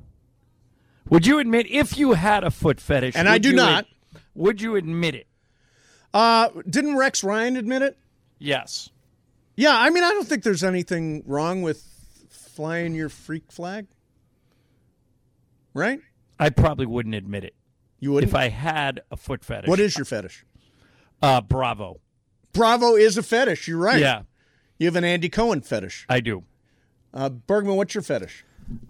S2: Would you admit if you had a foot fetish?
S1: And I
S2: would
S1: do
S2: you
S1: not.
S2: ad- would you admit it?
S1: Uh, didn't Rex Ryan admit it?
S2: Yes.
S1: Yeah, I mean, I don't think there's anything wrong with flying your freak flag, right?
S2: I probably wouldn't admit it
S1: You wouldn't.
S2: if I had a foot fetish.
S1: what is your fetish?
S2: uh, Bravo?
S1: Bravo is a fetish. You're right.
S2: Yeah,
S1: You have an Andy Cohen fetish. [laughs]
S2: I do. [laughs]
S1: Uh, Bergman, what's your fetish?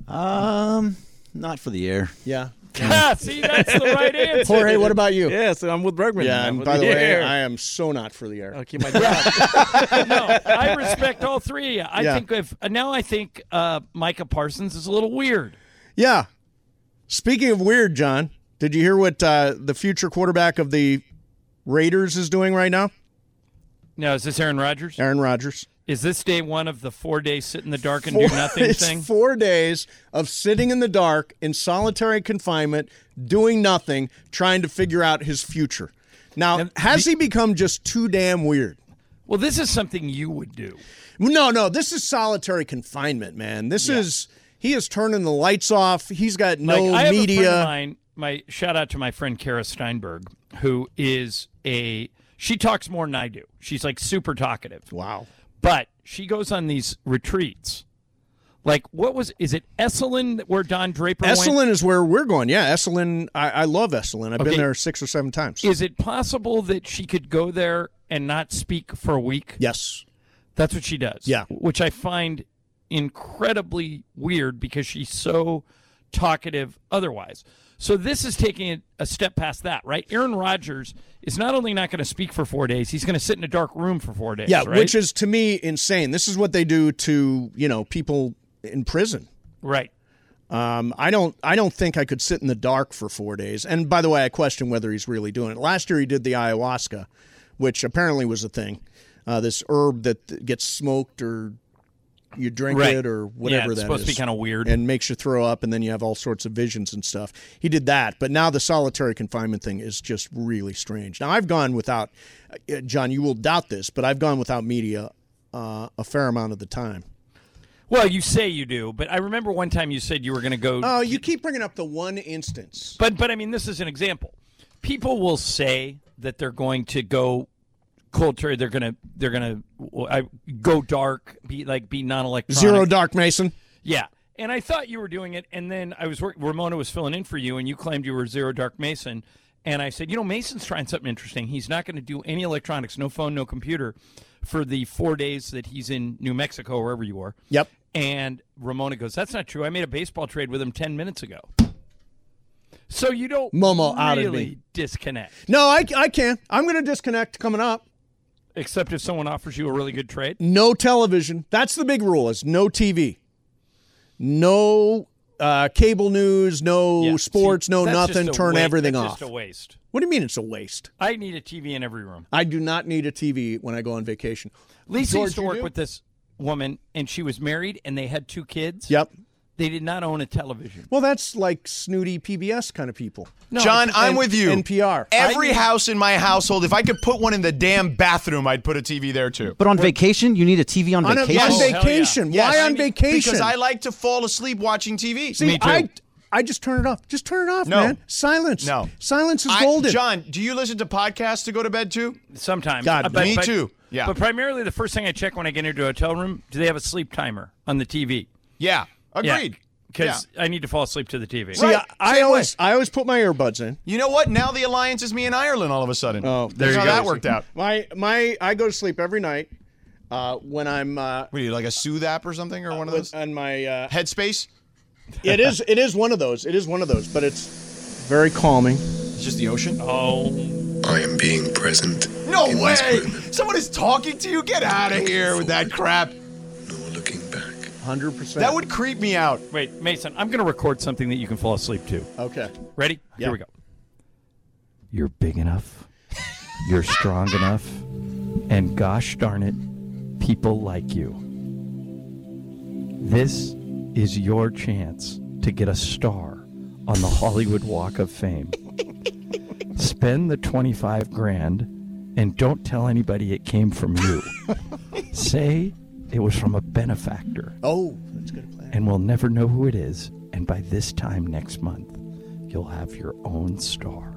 S3: Um, not for the air.
S1: Yeah.
S2: Ah, see, that's the right answer.
S1: Jorge, what about you?
S4: Yeah, so I'm with Bergman.
S1: Yeah,
S4: I'm
S1: and
S4: with
S1: by the way,
S4: air.
S1: I am so not for the air.
S4: I'll keep my
S6: [laughs]
S4: job.
S2: no, I respect all three. I
S1: Yeah.
S2: think if now I think uh, Micah Parsons is a little weird.
S1: Yeah. Speaking of weird, John, did you hear what uh, the future quarterback of the Raiders is doing right now?
S2: Now is this Aaron Rodgers?
S1: Aaron Rodgers.
S2: Is this day one of the four day sit in the dark and do nothing
S1: [laughs] it's
S2: thing?
S1: four days of sitting in the dark in solitary confinement, doing nothing, trying to figure out his future. Now,
S2: And
S1: has he become just too damn weird?
S2: well, this is something you would do.
S1: No, no, this is solitary confinement, man. This is he is turning the lights off. He's got no
S2: Like I have a friend
S1: media.
S2: of mine. My shout out to my friend Kara Steinberg, who is a she talks more than I do. She's like super talkative.
S1: wow.
S2: but she goes on these retreats. Like, what was? Is it Esalen where Don Draper went?
S1: Esalen is where we're going. Yeah, Esalen. I, I love Esalen. I've
S2: Okay.
S1: been there six or seven times.
S2: Is it possible that she could go there and not speak for a week?
S1: yes.
S2: That's what she does.
S1: Yeah.
S2: which I find incredibly weird because she's so talkative otherwise. So this is taking it a step past that, right? Aaron Rodgers is not only not going to speak for four days; he's going to sit in a dark room for four days.
S1: Yeah,
S2: right?
S1: which is to me insane. This is what they do to you know people in prison.
S2: right.
S1: Um, I don't. I don't think I could sit in the dark for four days. And by the way, I question whether he's really doing it. Last year he did the ayahuasca, which apparently was a thing. Uh, this herb that gets smoked or you drink
S2: Right.
S1: it or
S2: Yeah,
S1: whatever
S2: it's
S1: that
S2: supposed to be
S1: is.
S2: kinda weird.
S1: and makes you throw up, and then you have all sorts of visions and stuff. He did that, but now the solitary confinement thing is just really strange. Now I've gone without, uh, John, you will doubt this, but I've gone without media uh, a fair amount of the time.
S2: Well, you say you do, but I remember one time you said you were going to go.
S1: Oh, you keep bringing up the one instance.
S2: But but I mean, this is an example. People will say that they're going to go cold turkey. They're gonna they're gonna I, go dark. Be like be non-electronic.
S1: Zero dark, Mason.
S2: Yeah. And I thought you were doing it, and then I was work- Ramona was filling in for you, and you claimed you were Zero Dark Mason. And I said, you know, Mason's trying something interesting. He's not going to do any electronics, no phone, no computer, for the four days that he's in New Mexico, wherever you are.
S1: Yep.
S2: And Ramona goes, that's not true. I made a baseball trade with him ten minutes ago. So you don't
S1: Momo outed
S2: really
S1: me.
S2: disconnect,
S1: No, I, I can. I'm going to disconnect coming up.
S2: except if someone offers you a really good trade.
S1: No television. That's the big rule is no TV. No uh, cable news, no
S2: Yeah.
S1: sports,
S2: See,
S1: no
S2: that's
S1: nothing.
S2: just a
S1: Turn
S2: wa-
S1: everything
S2: that's
S1: off.
S2: Just a waste.
S1: What do you mean it's a waste?
S2: I need a TV in every room.
S1: I do not need a TV when I go on vacation.
S2: Lisa
S1: George,
S2: used to
S1: you
S2: work
S1: do?
S2: with this woman, and she was married, and they had two kids.
S1: Yep.
S2: They did not own a television.
S1: Well, that's like snooty PBS kind of people.
S2: No,
S6: John, I'm
S1: And-
S6: with you.
S1: NPR.
S6: Every
S1: I-
S6: house in my household, if I could put one in the damn bathroom, I'd put a TV there too.
S3: But on vacation, you need a TV on
S1: On, a,
S3: vacation.
S1: on
S6: Oh, hell yeah.
S1: vacation. Why on vacation?
S6: Because I like to fall asleep watching TV.
S1: See,
S2: Me too.
S1: I, I just turn it off. Just turn it off,
S6: No.
S1: man. Silence.
S6: No.
S1: Silence is
S6: I-
S1: golden.
S6: John, do you listen to podcasts to go to bed too?
S2: Sometimes.
S1: God,
S2: Uh, but-
S6: me
S2: but-
S6: too. Yeah.
S2: But primarily, the first thing I check when I get into a hotel room, do they have a sleep timer on the TV?
S6: Yeah, agreed.
S2: Because
S6: Yeah.
S2: I need to fall asleep to the TV.
S1: See,
S6: Right.
S1: I, I
S6: Same way.
S1: always I always put my earbuds in.
S6: You know what? Now the alliance is me and Ireland all of a sudden.
S1: Oh,
S6: there
S1: you
S6: how
S1: go.
S6: that worked out.
S1: My my I go to sleep every night uh, when I'm uh,
S6: [laughs] What are you like a Sooth app or something or one of those?
S1: with, on my. Uh,
S6: Headspace.
S1: it is it is one of those. It is one of those, but it's very calming.
S6: It's just the ocean.
S2: Oh,
S10: I am being present.
S6: No
S10: in
S6: way!
S10: This moment,
S6: Someone is talking to you. Get out of here with that crap.
S10: nor looking back.
S1: Hundred percent.
S6: That would creep me out.
S2: wait, Mason, I'm going to record something that you can fall asleep to.
S1: okay.
S2: Ready?
S1: Yeah.
S2: Here we go. You're big enough. You're strong enough. And gosh darn it, people like you. This is your chance to get a star on the Hollywood Walk of Fame. Spend the 25 grand and don't tell anybody it came from you. Say it was from a benefactor
S1: Oh, that's a good plan.
S2: and we'll never know who it is. And by this time next month, you'll have your own star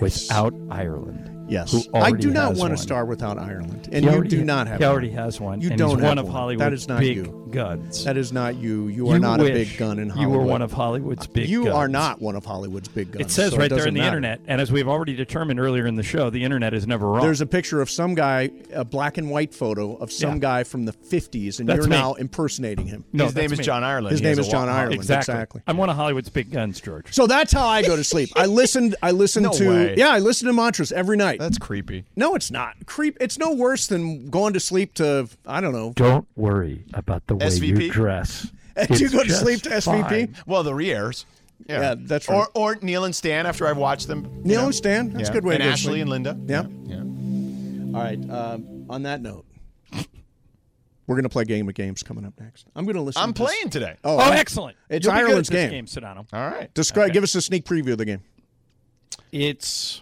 S2: without Ireland. who
S1: Yes, I
S2: already
S1: do not
S2: has
S1: want
S2: one.
S1: a star without Ireland,
S2: He
S1: and you
S2: already-
S1: do not have.
S2: He
S1: one.
S2: already has one.
S1: You
S2: and
S1: don't
S2: he's
S1: have
S2: one of
S1: one.
S2: Hollywood's
S1: That is not
S2: big
S1: you.
S2: guns.
S1: That is not you. You are not a big gun in Hollywood.
S2: You were one of Hollywood's big.
S1: You
S2: guns.
S1: are not one of Hollywood's big guns.
S2: It says
S1: so
S2: right there
S1: doesn't
S2: in the
S1: matter.
S2: internet, and as we've already determined earlier in the show, the internet is never
S6: Oh.
S2: wrong.
S1: There's a picture of some guy, a black and white photo of some
S2: Yeah.
S1: guy from the 50s, and
S2: That's
S1: you're
S2: me.
S1: now impersonating him.
S2: no,
S6: His name
S2: that's
S6: is
S2: me.
S6: John Ireland.
S1: His
S6: He has
S1: name is
S6: a
S1: John
S6: wa-
S1: Ireland.
S2: Exactly.
S1: Exactly.
S2: I'm one of Hollywood's big guns, George.
S1: So that's how I go to sleep. I listened. I listened
S6: No
S1: to
S6: way.
S1: yeah. I listen to mantras every night.
S6: That's creepy.
S1: no, it's not creep. It's no worse than going to sleep to I don't know.
S2: Don't worry about the way
S6: SVP?
S2: you dress.
S1: Do you
S2: It's
S1: go [laughs] to
S2: just
S1: sleep to SVP?
S2: fine.
S6: Well, the Rears.
S1: Yeah, that's right.
S6: Or, or Neil and Stan after I've watched them. you
S1: Neil
S6: know.
S1: and Stan. That's
S6: Yeah.
S1: a good way.
S6: And
S1: to go to
S6: Ashley
S1: sleep.
S6: and Linda.
S1: Yeah.
S6: Yeah.
S1: All right. Um, on that note, we're gonna play a game of games coming up next. I'm gonna listen.
S6: I'm
S1: to-
S6: playing today.
S1: Oh,
S2: Oh,
S1: I-
S2: excellent!
S1: It's
S2: You'll be good at
S1: Ireland's
S2: this
S1: game.
S2: game Sedano.
S6: All right.
S1: Describe. Give us a sneak preview of the game.
S2: It's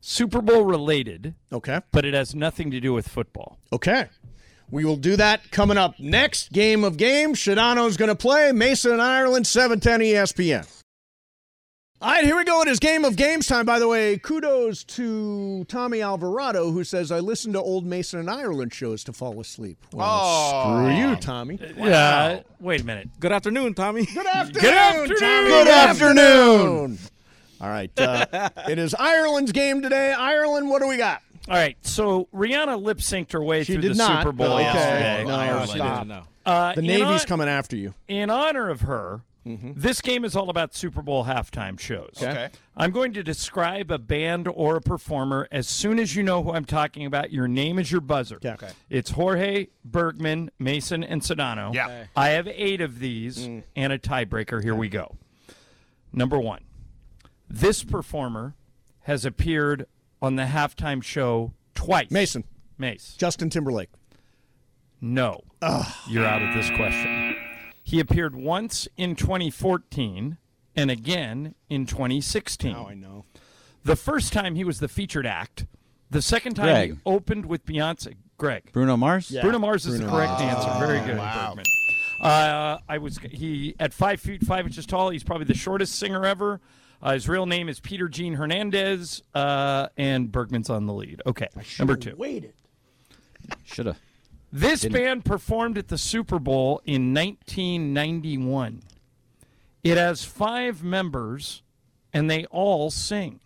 S2: Super Bowl related,
S1: Okay.
S2: but it has nothing to do with football.
S1: Okay. We will do that coming up next. Game of games. Shadano's going to play Mason and Ireland, E 710 ESPN. All right, here we go. It is game of games time. By the way, kudos to Tommy Alvarado, who says, I listen to old Mason and Ireland shows to fall asleep. Well,
S6: Oh.
S1: screw you, Tommy. Good
S2: Yeah. Uh, Wait a minute.
S4: Good afternoon, Tommy. [laughs]
S1: afternoon,
S2: afternoon,
S1: Tommy.
S2: Good
S1: afternoon. All right. uh, it is Ireland's game today. Ireland, what do we got?
S2: All right. So Rihanna lip synced her way through
S1: did
S2: the
S1: not,
S2: Super Bowl
S1: but okay.
S2: yesterday.
S1: No, stop.
S2: Uh,
S1: The
S2: in
S1: Navy's
S2: hon-
S1: coming after you.
S2: In honor of her, this game is all about Super Bowl halftime shows.
S6: Mm-hmm. Okay.
S2: I'm going to describe a band or a performer. As soon as you know who I'm talking about, your name is your buzzer.
S1: Yeah. Okay.
S2: It's Jorge, Bergman, Mason, and Sedano.
S6: Yeah. Okay. Mm.
S2: I have eight of these and a tiebreaker. Here we go. Number one this performer has appeared on the halftime show twice.
S1: Mason,
S2: Mace.
S1: Justin Timberlake.
S2: No. You're out of this question. He appeared once in 2014 and again in 2016.
S1: know.
S2: The first time he was the featured act. The second time he
S3: Greg.
S2: opened with Beyonce. Greg.
S3: Bruno Mars?
S2: Yeah. Bruno Mars is the
S3: Bruno
S2: correct
S3: Mars.
S2: answer. Very good.
S3: Wow.
S2: Bergman. Uh, I was he at five feet five inches tall. He's probably the shortest singer ever. Uh, his real name is Peter Gene Hernandez, uh, and Bergman's on the lead. Okay, number two.
S11: Waited.
S3: Shoulda.
S2: This
S3: Didn't.
S2: band performed at the Super Bowl in 1991. It has five members, and they all sing.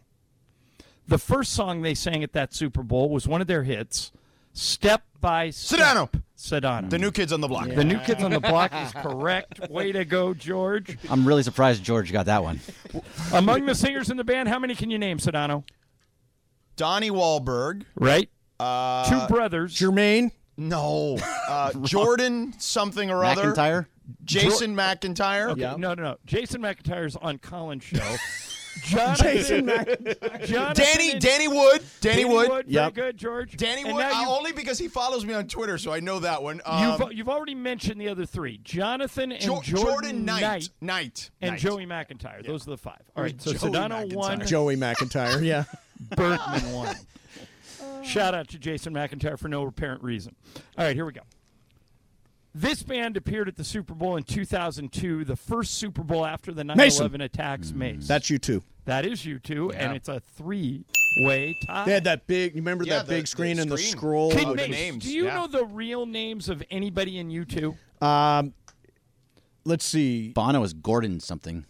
S2: The first song they sang at that Super Bowl was one of their hits, Step by Step. Sedano. Sedano.
S6: The New Kids on the Block.
S2: The New Kids on the Block is
S6: [laughs]
S2: correct. Way to go, George.
S3: I'm really surprised George got that
S1: [laughs]
S3: one.
S2: Among the singers in the band, how many can you name, Sedano?
S6: Donnie Wahlberg.
S2: Right?
S6: Uh,
S2: Two brothers.
S1: Jermaine?
S6: No. [laughs] Uh, Jordan something [laughs] or other.
S3: McIntyre?
S6: Jason McIntyre.
S2: Okay, No, no, no. Jason McIntyre's on Colin's show. Jonathan,
S6: Jason
S2: McIntyre.
S6: Danny, Danny Wood, Danny, Wood,
S2: Very good, George.
S6: Danny
S2: And
S6: Wood,
S2: now
S6: uh,
S2: you-
S6: only because he follows me on Twitter, so I know that one. Um,
S2: you've, you've already mentioned the other three: Jonathan and
S6: Jo-
S2: Jordan,
S6: Jordan Knight.
S2: Knight,
S6: Knight.
S2: and
S6: Knight.
S2: Joey McIntyre. Those are the five. All right, so
S6: Joey
S2: Sedano one,
S1: Joey McIntyre. Yeah.
S2: Bergman one. Shout out to Jason McIntyre for no apparent reason. All right, here we go. This band appeared at the Super Bowl in 2002, the first Super Bowl after the 9
S1: Mason.
S2: 11 attacks.
S6: Hmm.
S2: Mace.
S1: That's you too.
S2: That is you two,
S1: Yeah.
S2: and it's a three-way tie.
S1: They had that big. You remember
S2: Yeah,
S1: that
S2: the-
S1: big
S2: the
S1: screen and the
S2: screen.
S1: scroll. Uh,
S2: Kid
S1: of
S2: Mace,
S1: names.
S2: do you know the real names of anybody in you two?
S1: Um, let's see.
S3: Bono is Gordon something.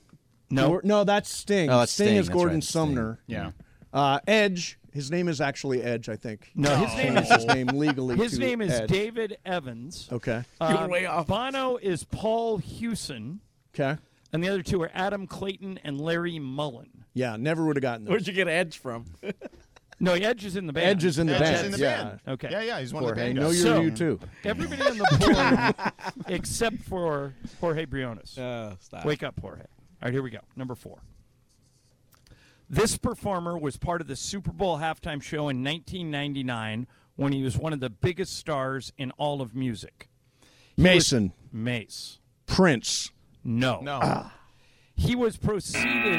S2: No.
S1: Gor- no, that's Sting.
S3: Oh, that's
S1: Sting,
S3: Sting.
S1: is
S3: That's
S1: Gordon
S3: right, Sting.
S1: Sumner.
S3: Yeah.
S1: Uh, Edge. His name is actually Edge, I think.
S2: No, his
S1: I
S2: name
S1: changed
S2: is
S1: his name legally.
S2: His
S1: to
S2: name is
S1: Edge.
S2: David Evans.
S1: Okay.
S2: Um, Bono is Paul Hewson,
S1: Okay.
S2: and the other two are Adam Clayton and Larry Mullen.
S1: Yeah, never would have gotten those.
S4: Where'd you get Edge from?
S2: No, Edge is in the band.
S1: Edge is in the Edge is band, in the yeah. band.
S2: Okay.
S1: Yeah, yeah, he's one of the
S2: Jorge,
S1: band guys. know you're you too. [laughs]
S2: Everybody on the board except for Jorge Briones.
S4: Uh, stop.
S2: Wake up, Jorge. All right, here we go. Number four. This performer was part of the Super Bowl halftime show in 1999 when he was one of the biggest stars in all of music.
S1: Mason.
S2: Mace.
S1: Prince.
S2: No. No. He was proceeded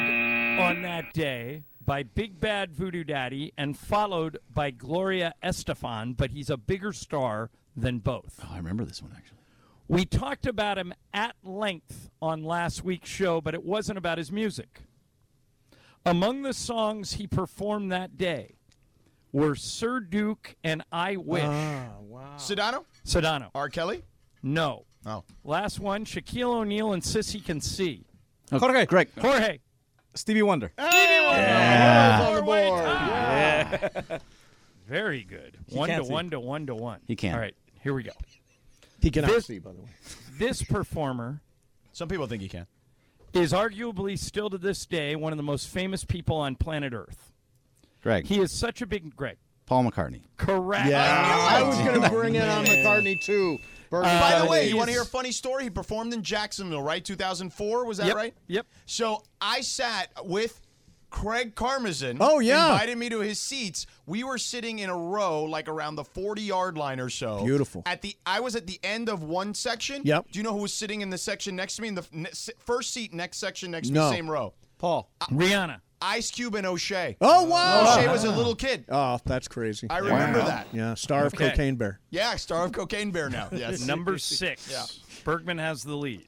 S2: on that day by Big Bad Voodoo Daddy and followed by Gloria Estefan, but he's a bigger star than both.
S3: Oh, I remember this one actually.
S2: We talked about him at length on last week's show, but it wasn't about his music. Among the songs he performed that day were Sir Duke and I Wish.
S6: Sedano?
S2: Sedano.
S6: R. Kelly?
S2: No.
S6: Oh.
S2: Last one Shaquille O'Neal and Sissy Can See.
S4: Jorge.
S3: Greg.
S2: Jorge.
S4: Stevie Wonder.
S2: On the board. Very good.
S4: He
S2: one to
S4: can't see.
S2: one to one to one.
S3: He can.
S2: All right, here we go.
S1: He cannot
S2: This-
S1: see, by the way.
S2: This performer
S6: Some people think he can.
S2: is arguably still to this day one of the most famous people on planet Earth.
S3: Greg.
S2: He is such a big Greg.
S3: Paul McCartney.
S2: Correct.
S1: I was going to bring in on McCartney too. Bergman.
S6: By the way,
S2: Uh, he's-
S6: you want to hear a funny story? He performed in Jacksonville, right? 2004, was that
S2: Yep,
S6: right?
S2: yep.
S6: So I sat with Craig Karmazin.
S1: Oh, yeah.
S6: Invited me to his seats. We were sitting in a row, like around the 40 yard line or so.
S1: Beautiful.
S6: At the, I was at the end of one section.
S1: Yep.
S6: Do you know who was sitting in the section next to me? In the f- ne- s- first seat, next section, next to
S1: No.
S6: me, same row.
S4: Paul.
S1: Uh,
S2: Rihanna.
S6: Ice Cube and O'Shea.
S1: Oh wow!
S6: O'Shea was a little kid.
S1: Oh, that's crazy.
S6: I remember that.
S1: Yeah, star of
S2: Okay.
S1: cocaine bear.
S6: Yeah, star of Cocaine
S3: [laughs]
S6: Bear now. Yes.
S1: [laughs]
S2: Number six.
S6: Yeah.
S2: Bergman has the lead.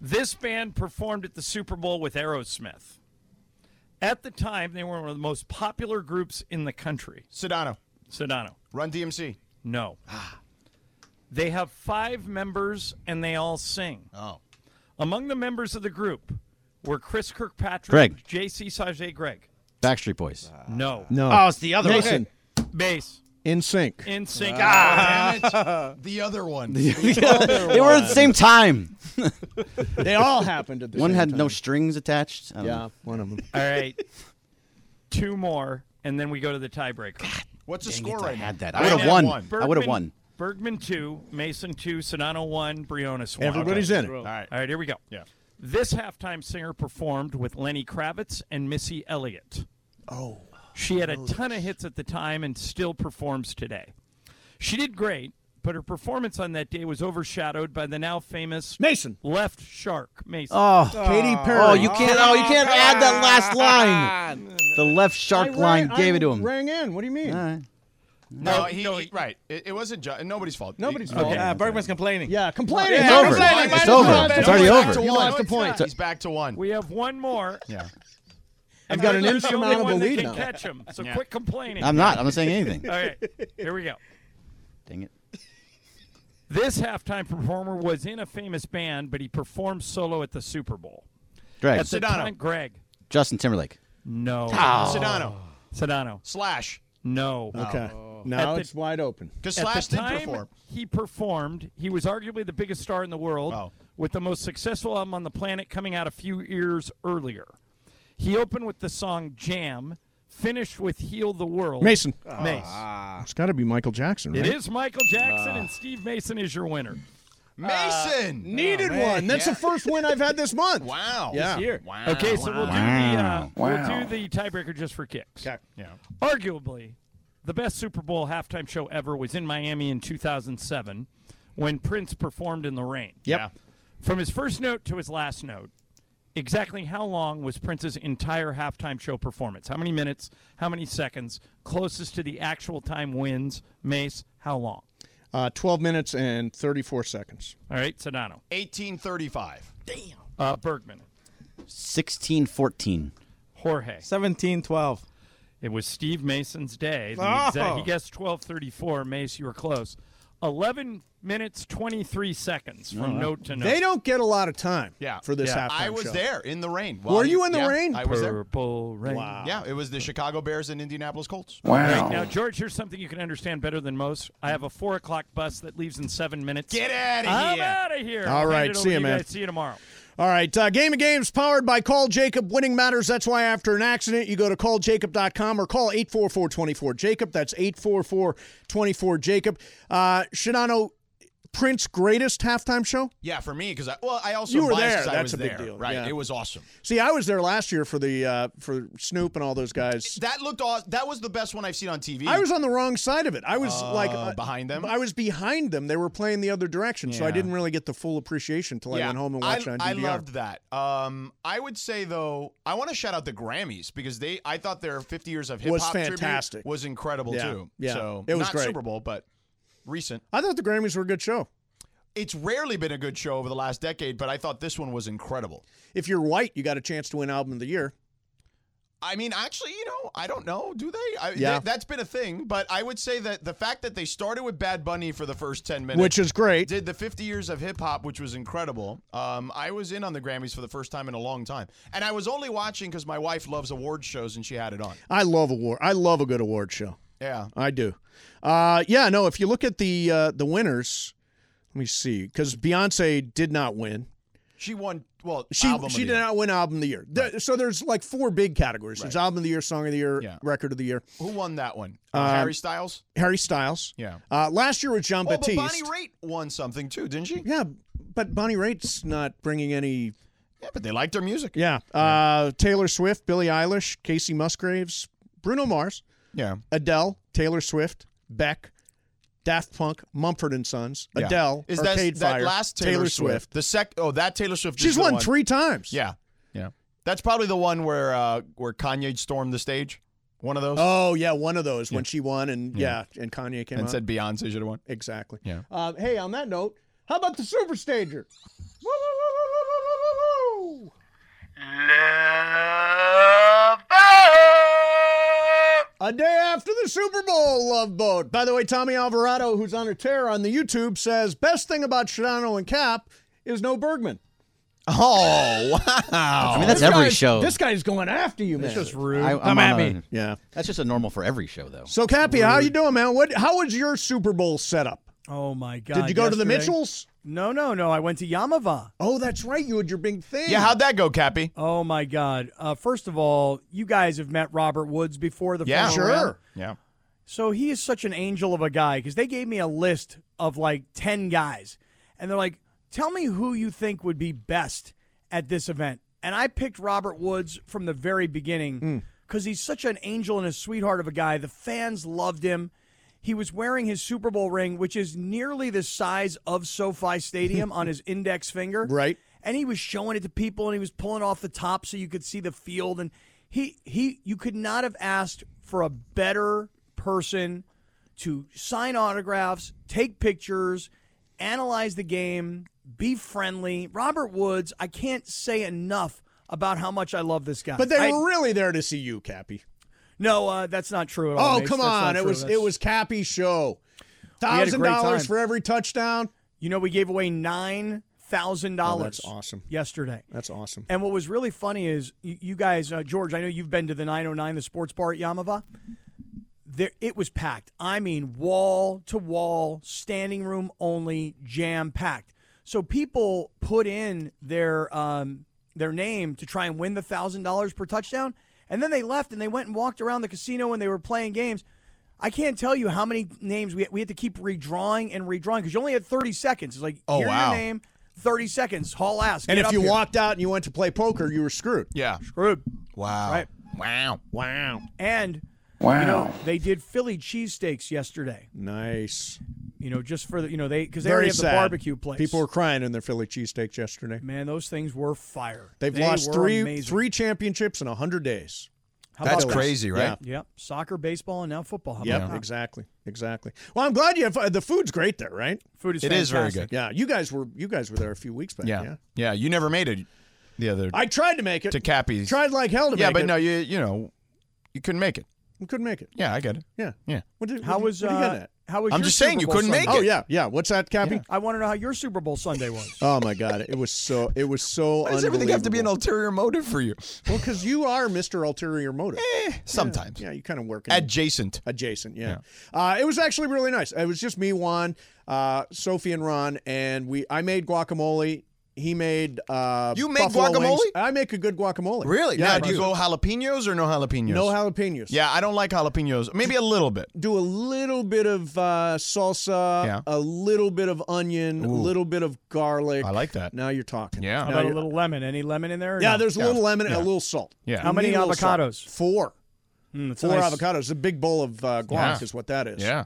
S2: This band performed at the Super Bowl with Aerosmith. At the time, they were one of the most popular groups in the country.
S6: Sedano.
S2: Sedano.
S6: Run DMC.
S2: No. They have five members and they all sing.
S6: Oh.
S2: Among the members of the group were Chris Kirkpatrick,
S3: Greg.
S2: J.C. Sajay, Greg.
S3: Backstreet Boys.
S1: Uh,
S2: No.
S1: No.
S11: Oh, it's the other one.
S1: Mason.
S2: Bass.
S1: In sync.
S2: In sync.
S6: Damn it. The other one.
S3: they were at the same time.
S1: They all happened at the
S3: One
S1: same
S3: had
S1: time.
S3: no strings attached. I don't
S1: Yeah,
S3: know.
S1: one of them.
S2: All right. Two more, and then we go to the tiebreaker.
S6: What's the
S3: Dang
S6: score
S3: it, I
S6: right
S3: had
S6: now?
S3: that. I would have won.
S6: one.
S3: I would have won.
S2: Bergman two, Mason two, Sonano one, Briones one.
S1: Everybody's in it.
S6: All right.
S2: All right, here we go.
S6: Yeah.
S2: This halftime singer performed with Lenny Kravitz and Missy Elliott. Oh. She had a ton of hits at the time and still performs today. She did great, but her performance on that day was overshadowed by the now famous
S1: Mason.
S2: left shark, Mason.
S3: Oh,
S1: Katy Perry.
S3: oh, you can't. Oh, you can't add that last line. The left shark line gave it to him.
S1: Rang in. What do you mean?
S3: All right.
S6: No, he, he- right. It, it wasn't ju- nobody's fault.
S4: Nobody's
S6: He-
S4: fault. Uh, Bergman's complaining.
S11: Yeah,
S6: complaining.
S4: Yeah,
S6: It's over.
S4: complaining.
S6: It's
S4: Might as
S6: over.
S4: well.
S6: It's already
S4: Back
S6: over.
S4: to
S6: He
S4: one.
S6: lost the point. He's back to one.
S2: We have one more.
S6: Yeah.
S2: And
S11: I've got an
S2: Bergman's the only
S11: insurmountable
S2: one that
S11: lead
S2: can
S11: now.
S2: Catch him. So
S11: Yeah.
S2: quit complaining.
S3: I'm not. I'm not saying anything.
S2: All right. Here we go.
S3: Dang it.
S2: This halftime performer was in a famous band, but he performed solo at the Super Bowl.
S3: Greg.
S2: At the
S3: Sedano.
S2: time- Greg.
S3: Justin Timberlake.
S2: No.
S3: Oh.
S6: Ah. Sedano.
S2: Sedano.
S6: Slash.
S2: No.
S1: Okay.
S2: Oh.
S1: Now
S2: At the-
S1: it's wide open.
S2: At the time He performed. He was arguably the biggest star in the world, with the most successful album on the planet coming out a few years earlier. He opened with the song "Jam," finished with "Heal the World."
S1: Mason.
S2: Mace.
S1: It's got to be Michael Jackson.
S2: It
S1: right?
S2: is Michael Jackson, and Steve Mason is your winner.
S6: uh, Mason
S1: needed
S2: Oh, man.
S1: one. That's
S2: Yeah.
S1: the first win I've had this month.
S6: Wow.
S1: Yeah.
S2: Okay, so we'll do the uh,
S1: Wow.
S2: we'll do the tiebreaker just for kicks.
S6: Yeah.
S2: Arguably, the best Super Bowl halftime show ever was in Miami in 2007 when Prince performed in the rain.
S1: Yep. Yeah.
S2: From his first note to his last note, exactly how long was Prince's entire halftime show performance? How many minutes? How many seconds? Closest to the actual time wins. Mace, how long?
S1: Uh, 12 minutes and 34 seconds.
S2: All right, Sedano.
S6: 1835.
S2: Damn. Uh, Bergman.
S3: 16 14.
S2: Jorge.
S4: 17 12.
S2: It was Steve Mason's day. The
S4: Oh.
S2: exact- he guessed 12:34. Mace, you were close. 11 minutes 23 seconds from note to note.
S1: They don't get a lot of time
S6: Yeah.
S1: for this halftime
S6: I was
S1: show.
S6: there in the rain.
S1: Were you in the
S6: yeah,
S1: rain?
S6: I was there.
S2: Purple rain.
S6: Yeah, it was the Chicago Bears and Indianapolis Colts.
S2: All right, now, George, here's something you can understand better than most. I have a four o'clock bus that leaves in seven minutes.
S6: Get outta
S2: I'm
S6: here.
S2: out of here.
S1: All
S2: I'll hand
S1: right,
S2: it over
S1: see
S2: to
S1: ya, man.
S2: Guys. See you tomorrow.
S1: All right. Uh, Game of Games powered by Call Jacob. Winning matters. That's why after an accident, you go to calljacob.com or call 844 24 Jacob. That's 844 24 Jacob. Uh, Shinano, Prince greatest halftime show?
S6: Yeah, for me because I well, I also
S1: You were
S6: biased
S1: there.
S6: 'cause I
S1: That's
S6: was
S1: a big
S6: there,
S1: deal.
S6: Right,
S1: Yeah.
S6: it was awesome.
S1: See, I was there last year for the uh, for Snoop and all those guys.
S6: That looked awesome. That was the best one I've seen on TV.
S1: I was on the wrong side of it. I was
S6: Uh,
S1: like uh,
S6: behind them?
S1: I was behind them. They were playing the other direction, so I
S6: Yeah.
S1: didn't really get the full appreciation until I went home and watched
S6: I,
S1: it on
S6: I
S1: DVR.
S6: loved that. Um, I would say though, I want to shout out the Grammys because they. I thought their 50 years of hip
S1: Was
S6: hop
S1: fantastic.
S6: was incredible
S1: Yeah,
S6: too.
S1: yeah.
S6: so
S1: It was
S6: not
S1: great.
S6: Super Bowl, but recent.
S1: I thought the Grammys were a good show.
S6: It's rarely been a good show over the last decade, but I thought this one was incredible.
S1: If you're white, you got a chance to win album of the year.
S6: I mean, actually, you know, I don't know. Do they? I,
S1: Yeah.
S6: that- that's been a thing, but I would say that the fact that they started with Bad Bunny for the first ten minutes,
S1: Which is great.
S6: did the 50 years of hip hop, which was incredible. Um, I was in on the Grammys for the first time in a long time, and I was only watching because my wife loves award shows and she had it on.
S1: I love award. I love a good award show.
S6: Yeah.
S1: I do. Uh, yeah, no. If you look at the uh, the winners, let me see, because Beyonce did not win.
S6: She won. Well,
S1: She
S6: album of
S1: she
S6: the
S1: did
S6: year.
S1: not win album of the year. There- So there's like four big categories: there's album of the year, song of the year, record of the year.
S6: Who won that one? Uh,
S1: Um,
S6: Harry Styles.
S1: Harry Styles.
S6: Yeah.
S1: Uh, last year was John
S6: Oh, but
S1: Batiste.
S6: Bonnie Raitt won something too, didn't she?
S1: Yeah, but Bonnie Raitt's not bringing any.
S6: Yeah, but they liked her music.
S1: Yeah. Uh, Taylor Swift, Billie Eilish, Casey Musgraves, Bruno Mars,
S6: Yeah.
S1: Adele, Taylor Swift, Beck, Daft Punk, Mumford and Sons,
S6: Yeah.
S1: Adele,
S6: Is that,
S1: Arcade
S6: that
S1: Fire,
S6: last Taylor, Swift. The sec. Oh, that Taylor Swift. is
S1: She's
S6: the
S1: won
S6: one.
S1: three times.
S6: Yeah, yeah. That's probably the one where uh, where Kanye stormed the stage. One of those.
S1: Oh yeah, one of those when she won and yeah,
S6: Yeah.
S1: and Kanye came
S6: and
S1: out.
S6: said Beyonce should have won.
S1: exactly.
S6: Yeah.
S1: Uh, hey, on that note, how about the Super Stager? A day after the Super Bowl, Love Boat. By the way, Tommy Alvarado, who's on a tear on the YouTube, says best thing about Shadano and Cap is no Bergman.
S6: Oh wow!
S3: I mean, that's
S1: This
S3: every
S1: guy's-
S3: show.
S1: This guy's going after you, man.
S3: That's just
S1: rude.
S3: I- I'm on a-
S1: yeah.
S3: That's just a normal for every show, though.
S1: So, Cappy, how you doing, man? What? How was your Super Bowl setup?
S12: Oh my god!
S1: Did you go to the
S12: yesterday-
S1: Mitchells?
S12: No, no, no. I went to Yamava.
S1: Oh, that's right. You had your big thing.
S6: Yeah, how'd that go, Cappy?
S12: Oh my god! Uh, first of all, you guys have met Robert Woods before the
S6: Yeah,
S12: final round.
S6: Yeah.
S12: So he is such an angel of a guy because they gave me a list of like 10 guys. And they're like, tell me who you think would be best at this event. And I picked Robert Woods from the very
S6: Hmm.
S12: beginning because he's such an angel and a sweetheart of a guy. The fans loved him. He was wearing his Super Bowl ring, which is nearly the size of SoFi Stadium
S6: [laughs]
S12: on his index finger.
S1: Right.
S12: And he was showing it to people and he was pulling off the top so you could see the field. And he, he, you could not have asked for a better person to sign autographs, take pictures, analyze the game, be friendly. Robert Woods, I can't say enough about how much I love this guy.
S1: But they
S12: I-
S1: were really there to see you, Cappy.
S12: No, uh, that's not true at all.
S1: Oh,
S12: Mace.
S1: come
S12: That's not
S1: on! It
S12: true.
S1: was
S12: That's-
S1: it was Cappy's show.
S12: We had a
S1: Thousand
S12: great
S1: dollars
S12: time.
S1: for every touchdown.
S12: You know, we gave away nine thousand
S1: Oh,
S12: dollars.
S1: that's awesome.
S12: Yesterday.
S1: That's awesome.
S12: And what was really funny is you, you guys, uh, George. I know you've been to the 909, the sports bar at Yamava. There, it was packed. I mean, wall to wall, standing room only, jam packed. So people put in their um, their name to try and win the thousand dollars per touchdown, and then they left and they went and walked around the casino and they were playing games. I can't tell you how many names we we had to keep redrawing and redrawing because you only had thirty seconds. It's like
S1: Oh,
S12: hear
S1: wow.
S12: your name, thirty seconds. Hall ass.
S1: And
S12: get
S1: if
S12: up
S1: you
S12: here.
S1: walked out and you went to play poker, you were screwed.
S6: Yeah,
S12: screwed.
S6: Wow.
S12: Right.
S6: Wow.
S1: Wow.
S12: And
S1: Wow.
S12: you know, they did Philly cheesesteaks yesterday.
S1: Nice.
S12: You know, just for the you know they because they
S1: Very
S12: already have
S1: sad.
S12: the barbecue place.
S1: People were crying in their Philly cheesesteaks yesterday.
S12: Man, those things were fire.
S1: They've
S12: They
S1: lost
S12: were
S1: three
S12: amazing.
S1: three championships in hundred days.
S12: How about that?
S1: Yeah.
S12: Yep. Soccer, baseball, and now football. How
S1: Yep,
S12: about that?
S1: exactly, exactly. Well, I'm glad you have uh, the food's great there, right?
S12: Food is
S6: It is very fantastic. good.
S1: Yeah, you guys were you guys were there a few weeks back. Yeah,
S6: Yeah. Yeah. You never made it the other
S1: I tried to make it
S6: to Cappy's.
S1: Tried like hell to
S6: yeah,
S1: make
S6: but
S1: it.
S6: no, you you know, you couldn't make it.
S1: We couldn't make it.
S6: Yeah, I get it.
S1: Yeah,
S6: Yeah.
S1: What did,
S12: How
S1: what,
S12: was,
S1: what are you
S12: uh,
S1: getting at?
S12: how was
S6: I'm
S12: your
S6: just saying
S12: Super
S6: you
S12: Bowl
S6: couldn't
S12: Sunday?
S6: make
S1: Oh yeah, yeah. What's that, Cappy?
S12: I want to know how your Super Bowl Sunday was.
S1: Oh my God, it was so it was so.
S6: Why does everything have to be an ulterior motive for you?
S1: Well, because you are Mister Ulterior Motive.
S6: [laughs] Eh. sometimes.
S1: Yeah, you kind of work in it.
S6: Adjacent.
S1: adjacent. Yeah, Uh, it was actually really nice. It was just me, Juan, uh, Sophie, and Ron, and we. I made guacamole. He made. Uh,
S6: You make
S1: buffalo wings.
S6: guacamole?
S1: I make a good guacamole.
S6: Really?
S1: Yeah,
S6: now,
S1: I
S6: do you go jalapenos or no jalapenos?
S1: No jalapenos.
S6: Yeah, I don't like jalapenos. Maybe a little bit.
S1: Do a little bit of uh, salsa,
S6: Yeah.
S1: a little bit of onion, a
S6: Ooh.
S1: little bit of garlic.
S6: I like that.
S1: Now you're talking.
S12: How
S6: Yeah.
S1: Now
S12: about a
S1: you're-
S12: little lemon? Any lemon in there? or
S1: yeah,
S12: no?
S1: there's a little lemon and a little salt.
S6: Yeah.
S12: How
S1: You
S12: many
S1: need a little salt.
S12: avocados?
S1: Four.
S12: Mm, it's
S1: Four
S12: nice.
S1: avocados. A big bowl of uh, guac
S6: Yeah.
S1: is what that is.
S6: Yeah.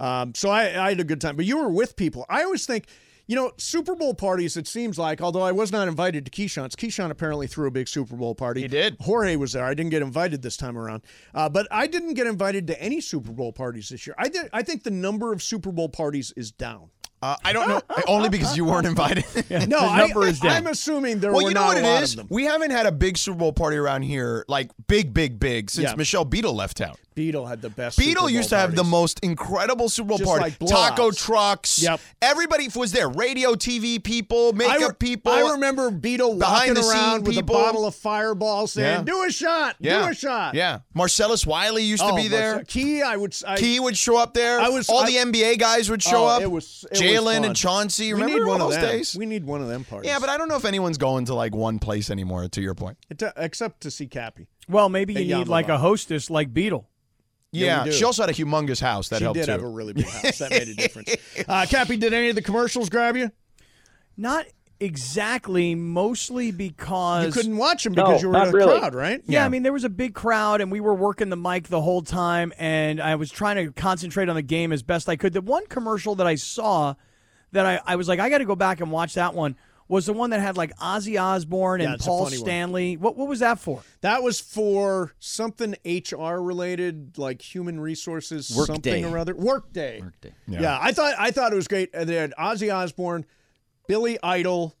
S1: Um, so I, I had a good time. But you were with people. I always think, you know, Super Bowl parties, it seems like, although I was not invited to Keyshawn's, Keyshawn apparently threw a big Super Bowl party. He
S6: did.
S1: Jorge was there. I didn't get invited this time around. Uh, but I didn't get invited to any Super Bowl parties this year. I, did, I think the number of Super Bowl parties is down.
S6: Uh, I don't [laughs] know. Only because you weren't invited. [laughs]
S1: no,
S12: the number
S1: I,
S12: is down.
S1: I'm assuming there
S6: well,
S1: were
S6: you know
S1: not
S6: what
S1: a
S6: it
S1: lot
S6: is.
S1: of them.
S6: We haven't had a big Super Bowl party around here, like big, big, big, since
S1: Yeah.
S6: Michelle Beadle left town.
S1: Beetle had the best. Super
S6: Beadle
S1: Bowl
S6: used to have the
S1: parties.
S6: most incredible Super Bowl
S1: Just
S6: party.
S1: like blowouts.
S6: Taco trucks.
S1: Yep.
S6: Everybody was there. Radio, TV people, makeup
S1: I re-
S6: people.
S1: I remember Beetle
S6: behind
S1: walking
S6: the scene
S1: around with
S6: people.
S1: a bottle of Fireball saying,
S6: Yeah.
S1: "Do a shot,
S6: Yeah.
S1: do a shot."
S6: Yeah. Marcellus Wiley used
S1: Oh,
S6: to be there.
S1: Marcel- Key, I would. s- I,
S6: Key would show up there.
S1: I was-
S6: all
S1: I-
S6: the NBA guys would show
S1: Oh,
S6: up.
S1: It was it was
S6: Jalen
S1: fun.
S6: and Chauncey.
S1: We
S6: Remember
S1: need one
S6: all
S1: of
S6: those
S1: them.
S6: days?
S1: We need one of them parties.
S6: yeah, but I don't know if anyone's going to like one place anymore. To your point,
S1: It- except to see Cappy.
S12: Well, maybe you
S1: Hey,
S12: need
S1: Yamava.
S12: like a hostess like Beetle.
S1: Yeah,
S6: yeah,
S1: we do.
S6: she also had a humongous house that
S1: she
S6: helped
S1: did
S6: too.
S1: have a really big house. That made a
S6: [laughs]
S1: difference. Uh, Cappy, did any of the commercials grab you?
S12: Not exactly. Mostly because
S1: You couldn't watch them because you were in a crowd, right?
S12: Yeah,
S6: Yeah.
S12: I mean, there was a big crowd, and we were working the mic the whole time, and I was trying to concentrate on the game as best I could. The one commercial that I saw that I, I was like, I got to go back and watch that one was the one that had like Ozzy Osbourne
S1: Yeah,
S12: and
S1: it's a
S12: Paul
S1: funny one.
S12: Stanley. What what was that for?
S1: That was for something HR related, like human resources,
S3: Workday.
S1: something or other. Workday.
S3: Workday.
S1: Yeah. I thought I thought it was great. Uh, They had Ozzy Osbourne, Billy Idol,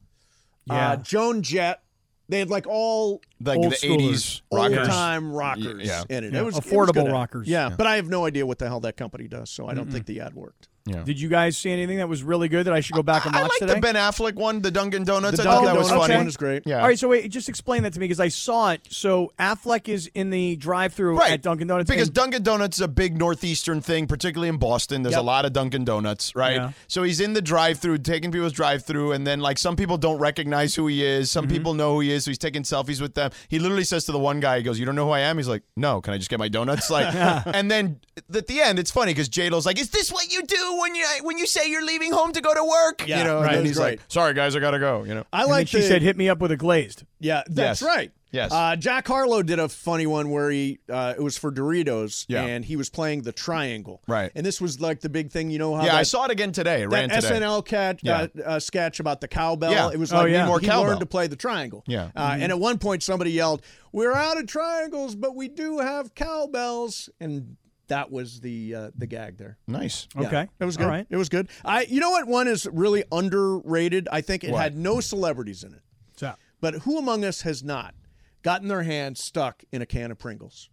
S12: Yeah.
S1: uh, Joan Jett. They had like all
S6: Like
S12: Old
S6: the
S12: schoolers.
S6: '80s
S1: old
S6: rockers.
S1: time rockers
S6: Yeah.
S1: in it.
S12: Yeah.
S1: It was it was
S12: Affordable
S1: good ad.
S12: rockers.
S1: Yeah, but I have no idea what the hell that company does, so I don't think the ad worked.
S12: Did you guys see anything that was really good that I should go back and
S6: I
S12: watch
S6: like
S12: today? Oh,
S6: the Ben Affleck one, the Dunkin' Donuts.
S1: The
S6: I thought
S1: Dunkin'
S6: that was
S1: Donuts
S6: funny.
S1: one is great.
S6: Yeah.
S12: All right, so wait, just explain that to me because I saw it. So Affleck is in the drive-through
S6: Right.
S12: at Dunkin' Donuts
S6: Because
S12: and-
S6: Dunkin' Donuts is a big northeastern thing, particularly in Boston. There's
S1: Yep.
S6: a lot of Dunkin' Donuts, right?
S12: Yeah.
S6: So he's in the drive-through, taking people's drive-through, and then like some people don't recognize who he is.
S1: Mm-hmm.
S6: Some people know who he is, so he's taking selfies with them. He literally says to the one guy, he goes, "You don't know who I am?" He's like, "No, can I just get my donuts?"
S1: [laughs]
S6: Like, and then at the end, it's funny because Jadel's like, "Is this what you do when you when you say you're leaving home to go to work?"
S1: Yeah,
S6: you know,
S1: right.
S6: and then
S1: That's
S6: he's
S1: great.
S6: like, "Sorry guys, I gotta go." You know,
S1: I
S12: and then
S1: like
S12: she
S1: the,
S12: said, "Hit me up with a glazed."
S1: Yeah, that's
S6: Yes.
S1: right.
S6: Yes.
S1: Uh, Jack Harlow did a funny one where he uh, it was for Doritos,
S6: Yeah.
S1: and he was playing the triangle.
S6: Right.
S1: And this was like the big thing, you know how
S6: yeah, I
S1: that-
S6: saw it again today. It ran
S1: that
S6: today.
S1: SNL cat,
S6: Yeah.
S1: uh, uh, sketch about the cowbell.
S6: Yeah.
S1: It was
S12: Oh,
S1: like
S12: yeah.
S1: he,
S6: More
S1: he
S6: cowbell.
S1: learned to play the triangle.
S6: Yeah. Mm-hmm.
S1: Uh, And at one point, somebody yelled, "We're out of triangles, but we do have cowbells." And that was the uh, the gag there.
S6: Nice.
S1: Yeah,
S12: Okay.
S1: It was
S12: All
S1: good.
S12: right.
S1: It was good. I you know what one is really underrated? I think it
S12: What?
S1: had no celebrities in it. But who among us has not gotten their hand stuck in a can of Pringles?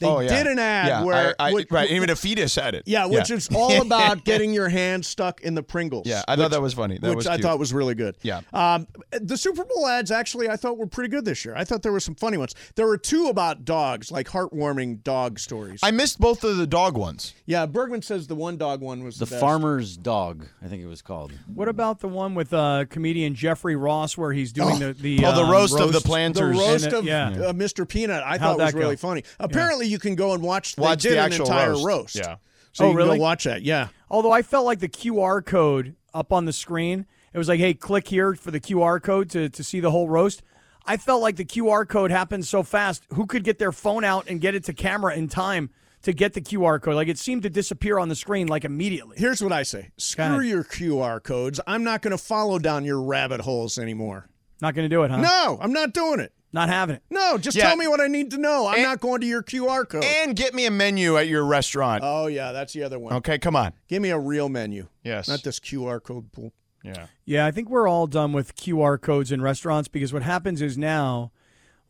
S1: They
S6: Oh, yeah.
S1: did an ad
S6: Yeah,
S1: where
S6: I- I-
S1: which-
S6: right, even a fetus had it.
S1: Yeah, which
S6: Yeah.
S1: is
S6: [laughs]
S1: all about getting your hand stuck in the Pringles.
S6: Yeah, I thought
S1: which-
S6: that was funny. That
S1: which
S6: was
S1: I
S6: cute.
S1: thought was really good.
S6: Yeah.
S1: Um, the Super Bowl ads actually I thought were pretty good this year. I thought there were some funny ones. There were two about dogs, like heartwarming dog stories.
S6: I missed both of the dog ones. Oh,
S1: yeah, Bergman says the one dog one was the,
S3: The
S1: best.
S3: farmer's dog, I think it was called.
S12: What about the one with uh, comedian Jeffrey Ross where he's doing the the,
S3: Oh, the
S12: um,
S3: roast of the
S1: The
S3: planters.
S1: roast
S12: And it-
S1: of
S12: yeah.
S1: uh, Mr. Peanut, I
S12: How'd
S1: thought was
S12: that
S1: really
S12: go?
S1: funny. Apparently, you can go and watch.
S6: Watch
S1: they did
S6: the
S1: an
S6: actual
S1: entire
S6: roast.
S1: roast.
S6: Yeah.
S1: So
S12: Oh,
S1: you can
S12: really?
S1: go watch that. Yeah.
S12: Although I felt like the QR code up on the screen, it was like, hey, click here for the QR code to, to see the whole roast. I felt like the QR code happened so fast. Who could get their phone out and get it to camera in time to get the QR code? Like it seemed to disappear on the screen like immediately.
S1: Here's what I say: Screw your QR codes. I'm not going to follow down your rabbit holes anymore.
S12: Not going to do it, huh?
S1: No, I'm not doing it.
S12: Not having it.
S1: No, just
S6: Yeah.
S1: tell me what I need to know. I'm not going to your QR code.
S6: And get me a menu at your restaurant.
S1: oh yeah, that's the other one.
S6: Okay, come on.
S1: Give me a real menu.
S6: Yes.
S1: Not this QR code pool.
S6: Yeah.
S12: Yeah, I think we're all done with QR codes in restaurants because what happens is now,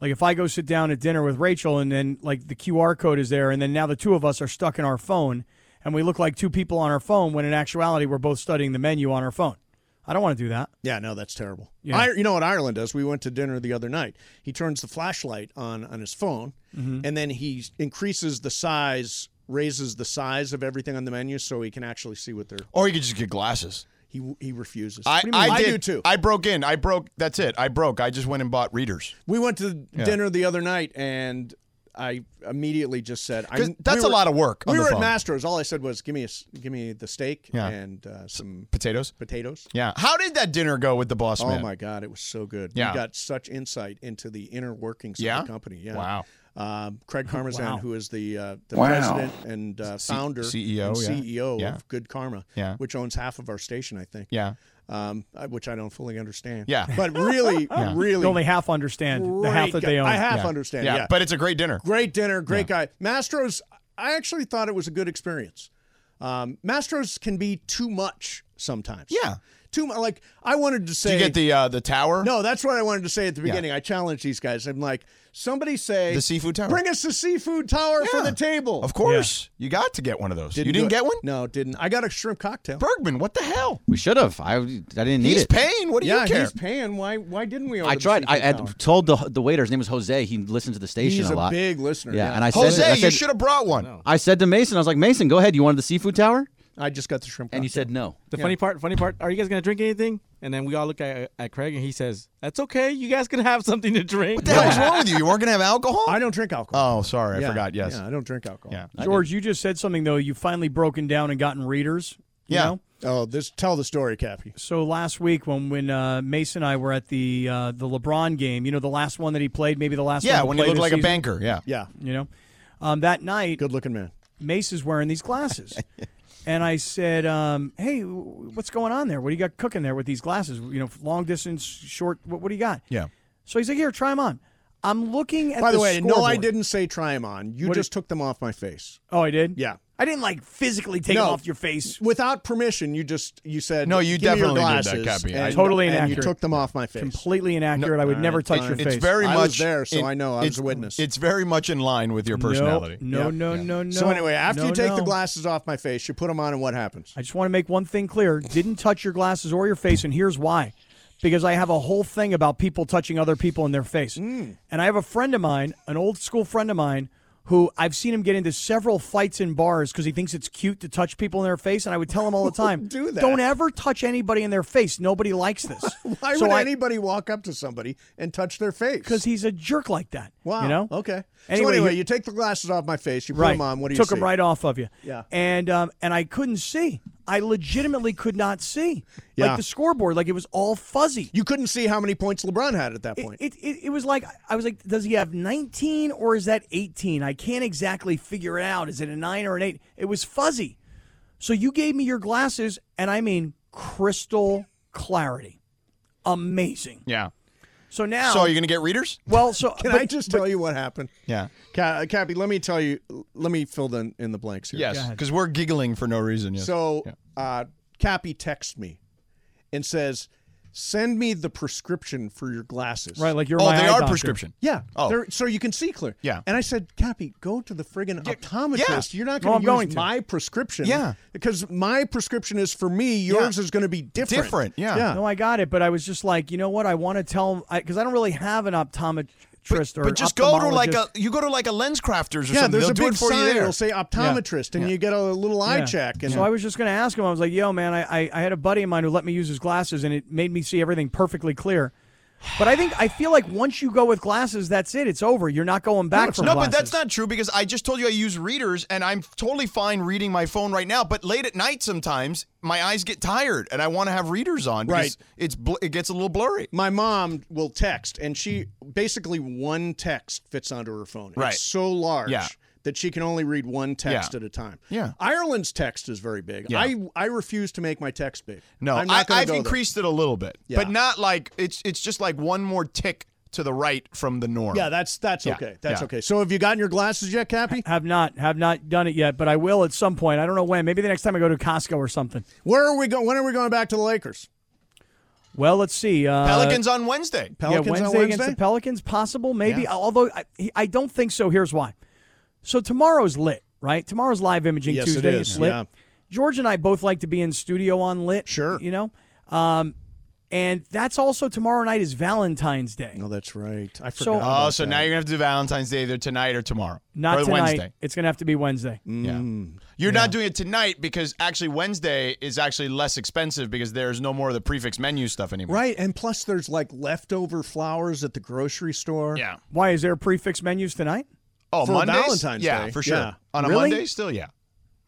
S12: like if I go sit down at dinner with Rachel and then like the QR code is there, and then now the two of us are stuck in our phone and we look like two people on our phone when in actuality we're both studying the menu on our phone. I don't want to do that.
S1: Yeah, no, that's terrible.
S12: Yeah.
S1: I, you know what Ireland does? We went to dinner the other night. He turns the flashlight on on his phone, and then he increases the size, raises the size of everything on the menu, so he can actually see what they're.
S6: Or you could just get glasses.
S1: He he refuses.
S6: I,
S1: What do you mean?
S6: I, did,
S1: do too.
S6: I broke in. I broke. That's it. I broke. I just went and bought readers.
S1: we went to
S6: Yeah.
S1: dinner the other night, and I immediately just said, I,
S6: 'Cause that's a lot of work on
S1: We
S6: the
S1: were
S6: phone.
S1: at Mastro's. All I said was, "Give me a, s- give me the steak
S6: Yeah.
S1: and uh, some
S6: Potatoes.
S1: potatoes."
S6: Yeah. How did that dinner go with the boss
S1: Oh
S6: man?
S1: my God, it was so good.
S6: Yeah.
S1: We got such insight into the inner workings
S6: Yeah?
S1: of the company. Yeah.
S6: Wow.
S1: Um,
S12: [laughs]
S1: Craig Parmesan,
S6: Wow.
S1: who is the uh, the
S6: Wow.
S1: president and uh, founder,
S6: CEO,
S1: and
S6: yeah.
S1: CEO
S6: Yeah.
S1: of Good Karma,
S6: Yeah.
S1: which owns half of our station, I think.
S6: Yeah.
S1: Um, I- which I don't fully understand.
S6: [laughs] Yeah.
S1: But really,
S12: Yeah.
S1: really,
S12: You only half understand the half
S1: great
S12: that they
S1: guy.
S12: own.
S1: I half understand. Yeah.
S6: But it's a great dinner.
S1: Great dinner, great guy. Mastro's, I actually thought it was a good experience. Um, Mastro's can be too much sometimes.
S6: Yeah.
S1: Too much. Like, I wanted to say.
S6: Did you get the uh, the tower?
S1: [laughs] No, that's what I wanted to say at the
S6: Yeah.
S1: beginning. I challenged these guys. I'm like, somebody say
S6: The seafood tower.
S1: Bring us the seafood tower for
S6: Yeah.
S1: the table.
S6: Of course. You got to get one of those. you
S1: do
S6: didn't
S1: it.
S6: get one?
S1: No, didn't. I got a shrimp cocktail.
S6: Bergman, what the hell?
S3: We should have. I, I didn't need
S6: He's
S3: it.
S6: paying. What do
S1: yeah,
S6: you care?
S1: he's paying. Why? Why didn't we? Order
S3: I
S1: the
S3: tried. I
S1: seafood
S3: had
S1: tower?
S3: told the the waiter. His name was Jose. He listened to the station
S1: He's a
S3: a lot.
S1: big listener,
S3: Yeah,
S1: yeah.
S3: and I said,
S6: Jose,
S3: I
S6: you
S3: said,
S6: should have brought one.
S3: I said to Mason, I was like, Mason, go ahead. You wanted the seafood tower?
S1: I just got the shrimp.
S3: And he
S1: cocktail.
S3: said no.
S4: The funny part, funny part, are you guys gonna drink anything? And then we all look at, at Craig, and he says, "That's okay. You guys can have something to drink."
S6: What the hell was wrong with you? You weren't going to have alcohol?
S1: "I don't drink alcohol."
S6: oh, sorry. I
S1: Yeah,
S6: forgot. Yes.
S1: Yeah, I don't drink alcohol.
S6: Yeah.
S12: George, you just said something though. You've finally broken down and gotten readers. you
S6: Yeah.
S12: know?
S1: Oh, this. Tell the story, Cappy.
S12: So last week when when uh, Mason and I were at the uh, the LeBron game, you know the last one that he played, maybe the last
S6: Yeah,
S12: one
S6: when you
S12: played
S6: look
S12: this
S6: like a
S12: season,
S6: banker. Yeah.
S1: Yeah.
S12: You know, um, that night
S1: Good looking man.
S12: Mace is wearing these
S6: [laughs]
S12: glasses, and I said, um, "Hey, w- what's going on there? What do you got cooking there with these glasses? You know, long distance, short. What, what do you got?"
S6: Yeah.
S12: So he's like, "Here, try them on." I'm looking at.
S1: By the, way, no, I
S12: scoreboard.
S1: didn't say try him on. You
S12: What
S1: just took them off my face.
S12: Oh, I did.
S1: Yeah.
S12: I didn't like physically take
S1: No.
S12: them off your face.
S1: Without permission, you just you said
S6: No, you
S1: "Give me your
S6: definitely did that,
S1: glasses,"
S6: Cappy. I-
S1: And,
S12: Totally
S1: and you
S12: inaccurate.
S1: took them off my face. Uh,
S12: Completely inaccurate. I would never touch your face.
S6: It's very
S1: I
S6: much
S1: was there, so
S6: in-
S1: I know. I was
S6: it's-
S1: a witness.
S6: It's very much in line with your
S12: No,
S6: personality.
S12: No,
S1: Yeah.
S12: no, no, no.
S1: so anyway, after
S12: no,
S1: you take the
S12: no.
S1: glasses off my face, you put them on, and what happens?
S12: I just want to make one thing clear. Didn't touch your glasses or your face, and here's why. Because I have a whole thing about people touching other people in their face.
S1: Mm.
S12: And I have a friend of mine, an old school friend of mine, who I've seen him get into several fights in bars because he thinks it's cute to touch people in their face. And I would tell
S1: [laughs]
S12: him all the time,
S1: Do that.
S12: not ever touch anybody in their face. Nobody likes this.
S1: [laughs] Why
S12: So
S1: would
S12: I- [laughs]
S1: anybody walk up to somebody and touch their face?
S12: Because he's a jerk like that.
S1: wow,
S12: You know?
S1: okay.
S12: Anyway,
S1: so anyway,
S12: here-
S1: you take the glasses off my face, you put
S12: right.
S1: them on. What do you
S12: Took
S1: see?
S12: him right off of you.
S1: Yeah.
S12: And um, and I couldn't see. I legitimately could not see.
S1: Yeah.
S12: Like the scoreboard, like it was all fuzzy.
S1: You couldn't see how many points LeBron had at that point.
S12: It, it, it was like I was like, does he have 19 or is that 18? I can't exactly figure it out. Is it a nine or an eight? It was fuzzy. So you gave me your glasses, and I mean crystal clarity, amazing.
S6: Yeah.
S12: So now,
S6: So you're gonna get readers?
S12: Well, so
S1: [laughs] Can I
S12: but-
S1: just
S12: but-
S1: tell you what happened?
S6: Yeah.
S1: Ca- uh, Cappy, let me tell you. Let me fill in in the blanks here.
S6: Yes, because we're giggling for no reason. Yes.
S1: So uh, Cappy texts me and says, "Send me the prescription for your glasses."
S12: Right, like you're Oh, my they eye are doctor. prescription.
S1: Yeah.
S12: Oh.
S1: they're- so you can see clear.
S12: Yeah.
S1: And I said, Cappy, go to the friggin' optometrist. You're not
S12: No,
S1: going
S12: I'm
S1: to
S12: going
S1: use
S12: to.
S1: my prescription.
S12: Yeah.
S1: Because my prescription is for me. Yours is going to be different. Yeah.
S12: No, I got it, but I was just like, you know what? I want to tell because I, don't really have an optometrist or
S6: but just go to like a
S12: ophthalmologist.
S6: you go to like a lens crafters or
S1: Yeah,
S6: something.
S1: there's
S6: They'll
S1: a
S6: do
S1: big
S6: it for you
S1: sign.
S6: there.
S1: It'll say optometrist, and you get a little eye
S12: Yeah.
S1: check. And
S12: so I was just going to ask him. I was like, "Yo, man, I, I I had a buddy of mine who let me use his glasses, and it made me see everything perfectly clear." But I think I feel like once you go with glasses, that's it. It's over. You're not going back from
S6: no,
S12: glasses.
S6: but that's not true because I just told you I use readers and I'm totally fine reading my phone right now. But late at night, sometimes my eyes get tired and I want to have readers on. because
S1: Right.
S6: It's bl- it gets a little blurry.
S1: My mom will text, and she basically one text fits onto her phone.
S6: Right.
S1: It's so large
S6: Yeah.
S1: that she can only read one text
S6: Yeah.
S1: at a time.
S6: Yeah.
S1: Ireland's text is very big.
S6: Yeah.
S1: I I refuse to make my text big.
S6: No,
S1: I'm
S6: I,
S1: not gonna
S6: I've
S1: go there.
S6: increased it a little bit,
S1: Yeah.
S6: but not like it's it's just like one more tick to the right from the norm.
S1: Yeah, that's that's
S6: Yeah.
S1: okay. That's
S6: Yeah.
S1: okay. So have you gotten your glasses yet, Cappy?
S12: Have not have not done it yet, but I will at some point. I don't know when. Maybe the next time I go to Costco or something.
S1: Where are we going? When are we going back to the Lakers?
S12: Well, let's see. Uh,
S6: Pelicans on Wednesday.
S12: yeah, Wednesday, against the Pelicans, possible, maybe.
S6: Yeah.
S12: Although I, I don't think so. Here's why. So tomorrow's lit, right? Tomorrow's live imaging
S1: Yes, it
S12: Tuesday.
S1: is,
S12: It's lit.
S1: yeah.
S12: George and I both like to be in studio on lit. Sure. You know, um, and that's also tomorrow night is Valentine's Day.
S1: Oh, that's right. I
S12: So- forgot
S6: oh,
S12: about
S6: so
S12: that.
S6: now you're gonna have to do Valentine's Day either tonight or tomorrow,
S12: Not
S6: or
S12: tonight.
S6: Wednesday.
S12: It's gonna have to be Wednesday.
S6: Mm.
S1: Mm.
S6: Yeah. You're not doing it tonight because actually Wednesday is actually less expensive because there's no more of the prefix menu stuff anymore.
S1: Right, and plus there's like leftover flowers at the grocery store.
S6: Yeah.
S12: Why is there prefix menus tonight?
S6: Oh,
S1: For
S6: Mondays?
S1: Valentine's
S6: yeah,
S1: Day.
S6: for sure.
S1: Yeah.
S6: On a
S12: Really?
S6: Monday, still, yeah.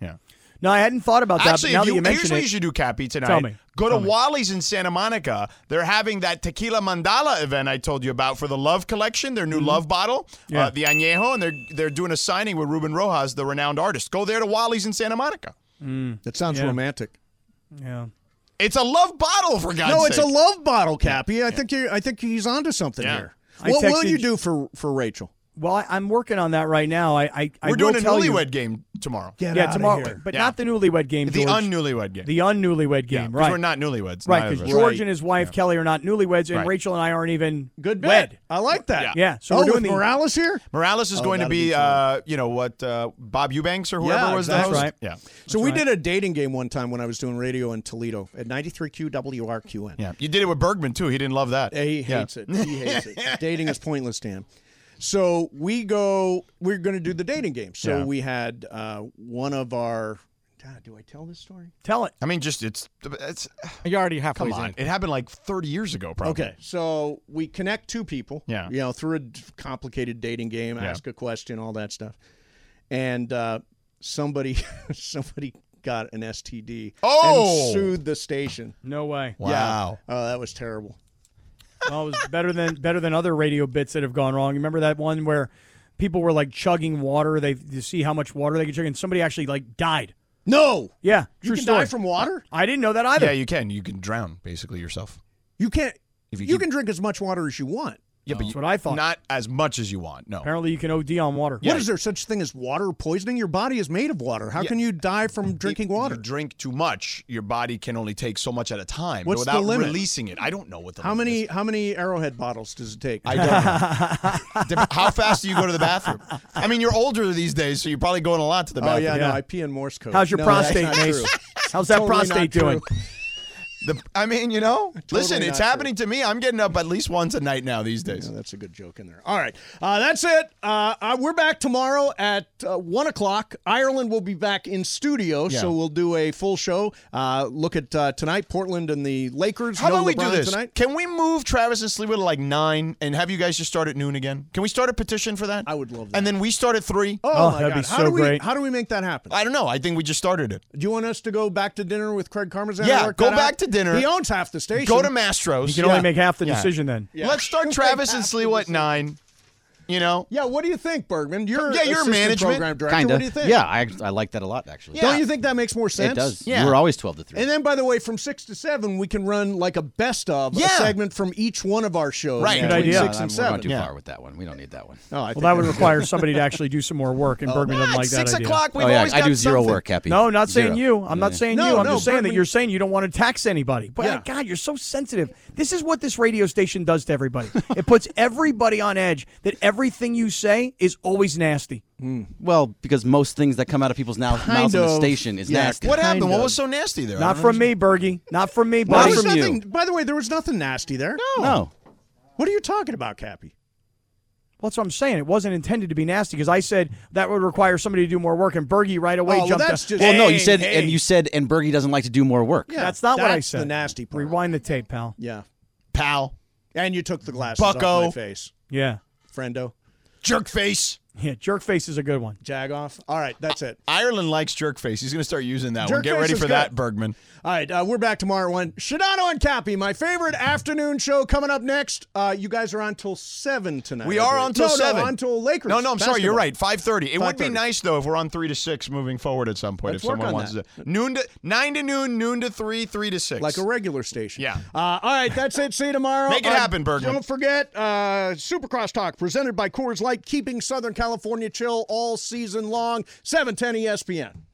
S6: Yeah.
S12: No, I hadn't thought about that.
S6: Actually,
S12: but now
S6: if you,
S12: that you
S6: here's
S12: mention
S6: what
S12: it,
S6: you should do, Cappy, tonight.
S12: Tell me.
S6: Go to Wally's in Santa Monica. They're having that tequila mandala event I told you about for the Love Collection, their new Love bottle,
S12: Mm-hmm. Yeah.
S6: uh, the añejo, and they're they're doing a signing with Ruben Rojas, the renowned artist. Go there to Wally's in Santa Monica.
S1: That sounds
S12: Yeah.
S1: romantic.
S12: Yeah.
S6: It's a love bottle for God's
S1: no,
S6: sake.
S1: it's a love bottle, Cappy. I think you. I think he's onto something
S6: Yeah.
S1: here.
S12: I
S1: what will
S12: texted-
S1: you do for for Rachel?
S12: Well, I, I'm working on that right now. I, I, I
S6: We're doing
S12: will
S6: a
S12: tell you-
S6: newlywed game tomorrow.
S1: Get
S12: yeah,
S1: outta
S12: tomorrow,
S1: here.
S12: but
S6: Yeah.
S12: not the newlywed game.
S6: The
S12: George.
S6: unnewlywed game.
S12: the unnewlywed game,
S6: because
S12: right?
S6: we're not newlyweds,
S12: right?
S6: neither
S12: Because
S6: of us.
S12: George
S1: Right.
S12: and his wife Kelly are not newlyweds, and
S6: Right.
S12: Rachel and I aren't even
S1: Good bet.
S12: wed.
S1: I like that.
S12: Yeah, so
S1: oh,
S12: we're doing
S1: with
S12: the-
S1: Morales here.
S6: Morales is
S1: Oh,
S6: going to
S1: that'd
S6: be,
S1: be fun.
S6: uh, you know what, uh, Bob Eubanks or whoever
S1: Yeah,
S6: was
S1: exactly.
S6: the host.
S1: That's
S6: Yeah.
S1: So we did a dating game one time when I was doing radio in Toledo at 93Q WRQN.
S6: Yeah. You did it with Bergman too. He didn't love that.
S1: He
S6: Yeah.
S1: hates it. He hates
S6: [laughs]
S1: it. Dating is pointless, Dan. So we go. We're going to do the dating game. So
S6: Yeah.
S1: we had uh, one of our. God, do I tell this story?
S12: Tell it.
S6: I mean, just it's it's
S1: Uh,
S4: You're already halfway
S6: come on. It happened like 30 years ago, probably.
S1: Okay, so we connect two people.
S6: Yeah.
S1: You know, through a d- complicated dating game,
S6: Yeah.
S1: ask a question, all that stuff, and uh, somebody [laughs] somebody got an STD
S6: Oh!
S1: and sued the station.
S12: No way.
S6: Wow.
S1: Yeah. Oh, that was terrible.
S12: Well, it was better than better than other radio bits that have gone wrong. You Remember that one where people were like chugging water, they to see how much water they could chug, and somebody actually like died.
S1: No,
S12: Yeah,
S1: you
S12: true
S1: can
S12: story.
S1: die from water.
S12: I didn't know that either.
S6: Yeah, you can. You can drown basically yourself.
S1: You can't.
S6: If you
S1: you
S6: keep-
S1: can drink as much water as you want.
S6: Yeah, but
S12: That's
S6: you,
S12: what I thought.
S6: not as much as you want. No.
S12: Apparently, you can OD on water.
S1: What is there such thing as water poisoning? Your body is made of water. How
S6: Yeah.
S1: can you die from drinking
S6: You-
S1: water?
S6: You drink too much, your body can only take so much at a time
S1: What's the
S6: without
S1: limit?
S6: releasing it. I don't know what the
S1: How
S6: limit
S1: many
S6: is.
S1: how many arrowhead bottles does it take?
S6: I don't know. Dep- How fast do you go to the bathroom? I mean, you're older these days, so you're probably going a lot to
S1: [laughs]
S6: the
S1: oh
S6: bathroom.
S1: yeah,
S12: Yeah.
S1: no, I pee in Morse code.
S12: How's your
S1: No, that's
S12: prostate,
S1: not
S12: Mace?
S1: true.
S12: How's that
S1: Totally not
S12: prostate
S1: true.
S12: doing?
S6: The, I mean,
S1: [laughs]
S6: you know, listen,
S1: not
S6: it's
S1: true.
S6: happening to me. I'm getting up at least once a night now these days.
S1: Yeah, that's a good joke in there. All right, uh, that's it. Uh, uh, we're back tomorrow at uh, one o'clock. Ireland will be back in studio,
S6: Yeah.
S1: so we'll do a full show. Uh, look at uh, tonight, Portland and the Lakers.
S6: How
S1: No
S6: about we do
S1: LeBron
S6: this?
S1: tonight?
S6: Can we move Travis and Sleeper to like nine and have you guys just start at noon again? Can we start a petition for that?
S1: I would love that.
S6: And then we start at three?
S1: oh,
S12: Oh,
S1: my
S12: that'd
S1: God,
S12: be
S1: how
S12: so
S1: do we
S12: great.
S1: how do we make that happen?
S6: I don't know. I think we just started it.
S1: Do you want us to go back to dinner with Craig Carmazan?
S6: Yeah,
S1: and work
S6: go
S1: that
S6: back
S1: out?
S6: to dinner.
S1: He owns half the station.
S6: Go to Mastro's.
S12: You can only
S6: Yeah.
S12: make half the
S6: Yeah.
S12: decision then.
S1: [laughs] Yeah.
S6: Let's start
S1: Like
S6: Travis and
S1: half the
S6: Sliwa at nine. you know?
S1: Yeah, what do you think, Bergman? You're
S6: Yeah, you're
S1: assistant
S6: management.
S1: program director.
S3: Kind
S1: What
S3: of.
S1: do you think?
S3: Yeah, I, I like that a lot actually.
S1: Don't you think that makes more sense?
S3: It does.
S1: Yeah.
S3: You were always twelve to three.
S1: And then, by the way, from six to seven, we can run like a best of a
S3: Yeah.
S1: segment from each one of our shows.
S3: Right.
S1: between
S3: Good idea.
S1: Six and
S3: We're
S1: seven.
S3: not too far with that one. We don't need that one.
S1: Oh, I
S12: well, that would require somebody to actually do some more work, and
S3: Oh,
S1: [laughs]
S12: Bergman doesn't
S3: God,
S12: like that
S3: six
S12: idea.
S3: o'clock, we've Oh, yeah, always I got do zero something. work, Happy.
S12: No, not saying
S3: Zero.
S12: you. I'm not
S3: Yeah.
S12: saying
S3: No,
S12: you. I'm
S3: no,
S12: just saying
S3: Bergman-
S12: that you're saying you don't want to tax anybody. But
S3: Yeah.
S12: God, you're so sensitive. This is what this radio station does to everybody. it puts everybody on edge. That everything you say is always nasty.
S3: Well, because most things that come out of people's now-
S12: Kind
S3: mouths on the
S12: of.
S3: station is
S12: Yeah,
S3: nasty.
S12: What happened? What was
S6: so nasty there?
S12: Not from me, Bergie. Not from me,
S1: Well,
S12: buddy.
S1: there was nothing- By the way, there was nothing nasty there.
S12: No. No.
S1: What are you talking about, Cappy?
S12: Well, that's what I'm saying. It wasn't intended to be nasty because I said that would require somebody to do more work, and Bergie right away
S1: Oh, well,
S12: jumped.
S1: that's
S12: up.
S1: just-
S3: Well, no, you
S12: Hey,
S3: said,
S12: hey.
S3: and you said, and Bergie doesn't like to do more work.
S1: Yeah,
S12: that's not what I
S1: that's
S12: said.
S1: the nasty part.
S12: Rewind the tape, pal.
S1: Yeah.
S6: Pal.
S1: And you took the glasses
S12: Bucko.
S1: off my face,
S12: Yeah.
S1: friendo.
S6: Jerk face.
S12: Yeah, jerk face is a good one.
S1: Jag off. All right, that's it.
S6: Ireland likes jerk face. He's going to start using that one.
S1: Jerk
S6: Get
S1: face
S6: ready
S1: is
S6: for that,
S1: good.
S6: Bergman.
S1: All right, uh, we're back tomorrow at one. Shadano and Cappy, my favorite afternoon show coming up next. Uh, you guys are on till seven tonight.
S6: We
S1: I
S6: are
S1: believe.
S6: on till
S1: no,
S6: seven.
S1: No, on till Lakers.
S6: No, no, I'm sorry. You're
S1: basketball.
S6: right. Five thirty. It would be
S1: 5:30.
S6: nice though if we're on three to six moving forward at some point.
S1: Let's
S6: if
S1: work
S6: someone
S1: on
S6: wants
S1: that.
S6: to noon to nine to noon, noon to three, three to six.
S1: Like a regular station.
S6: Yeah.
S1: Uh, all right, that's it. See you tomorrow.
S6: Make it
S1: Uh,
S6: happen, Bergman.
S1: Don't forget, uh, Supercross Talk, E presented by Coors Light, keeping Southern California chill all season long. 710 ESPN.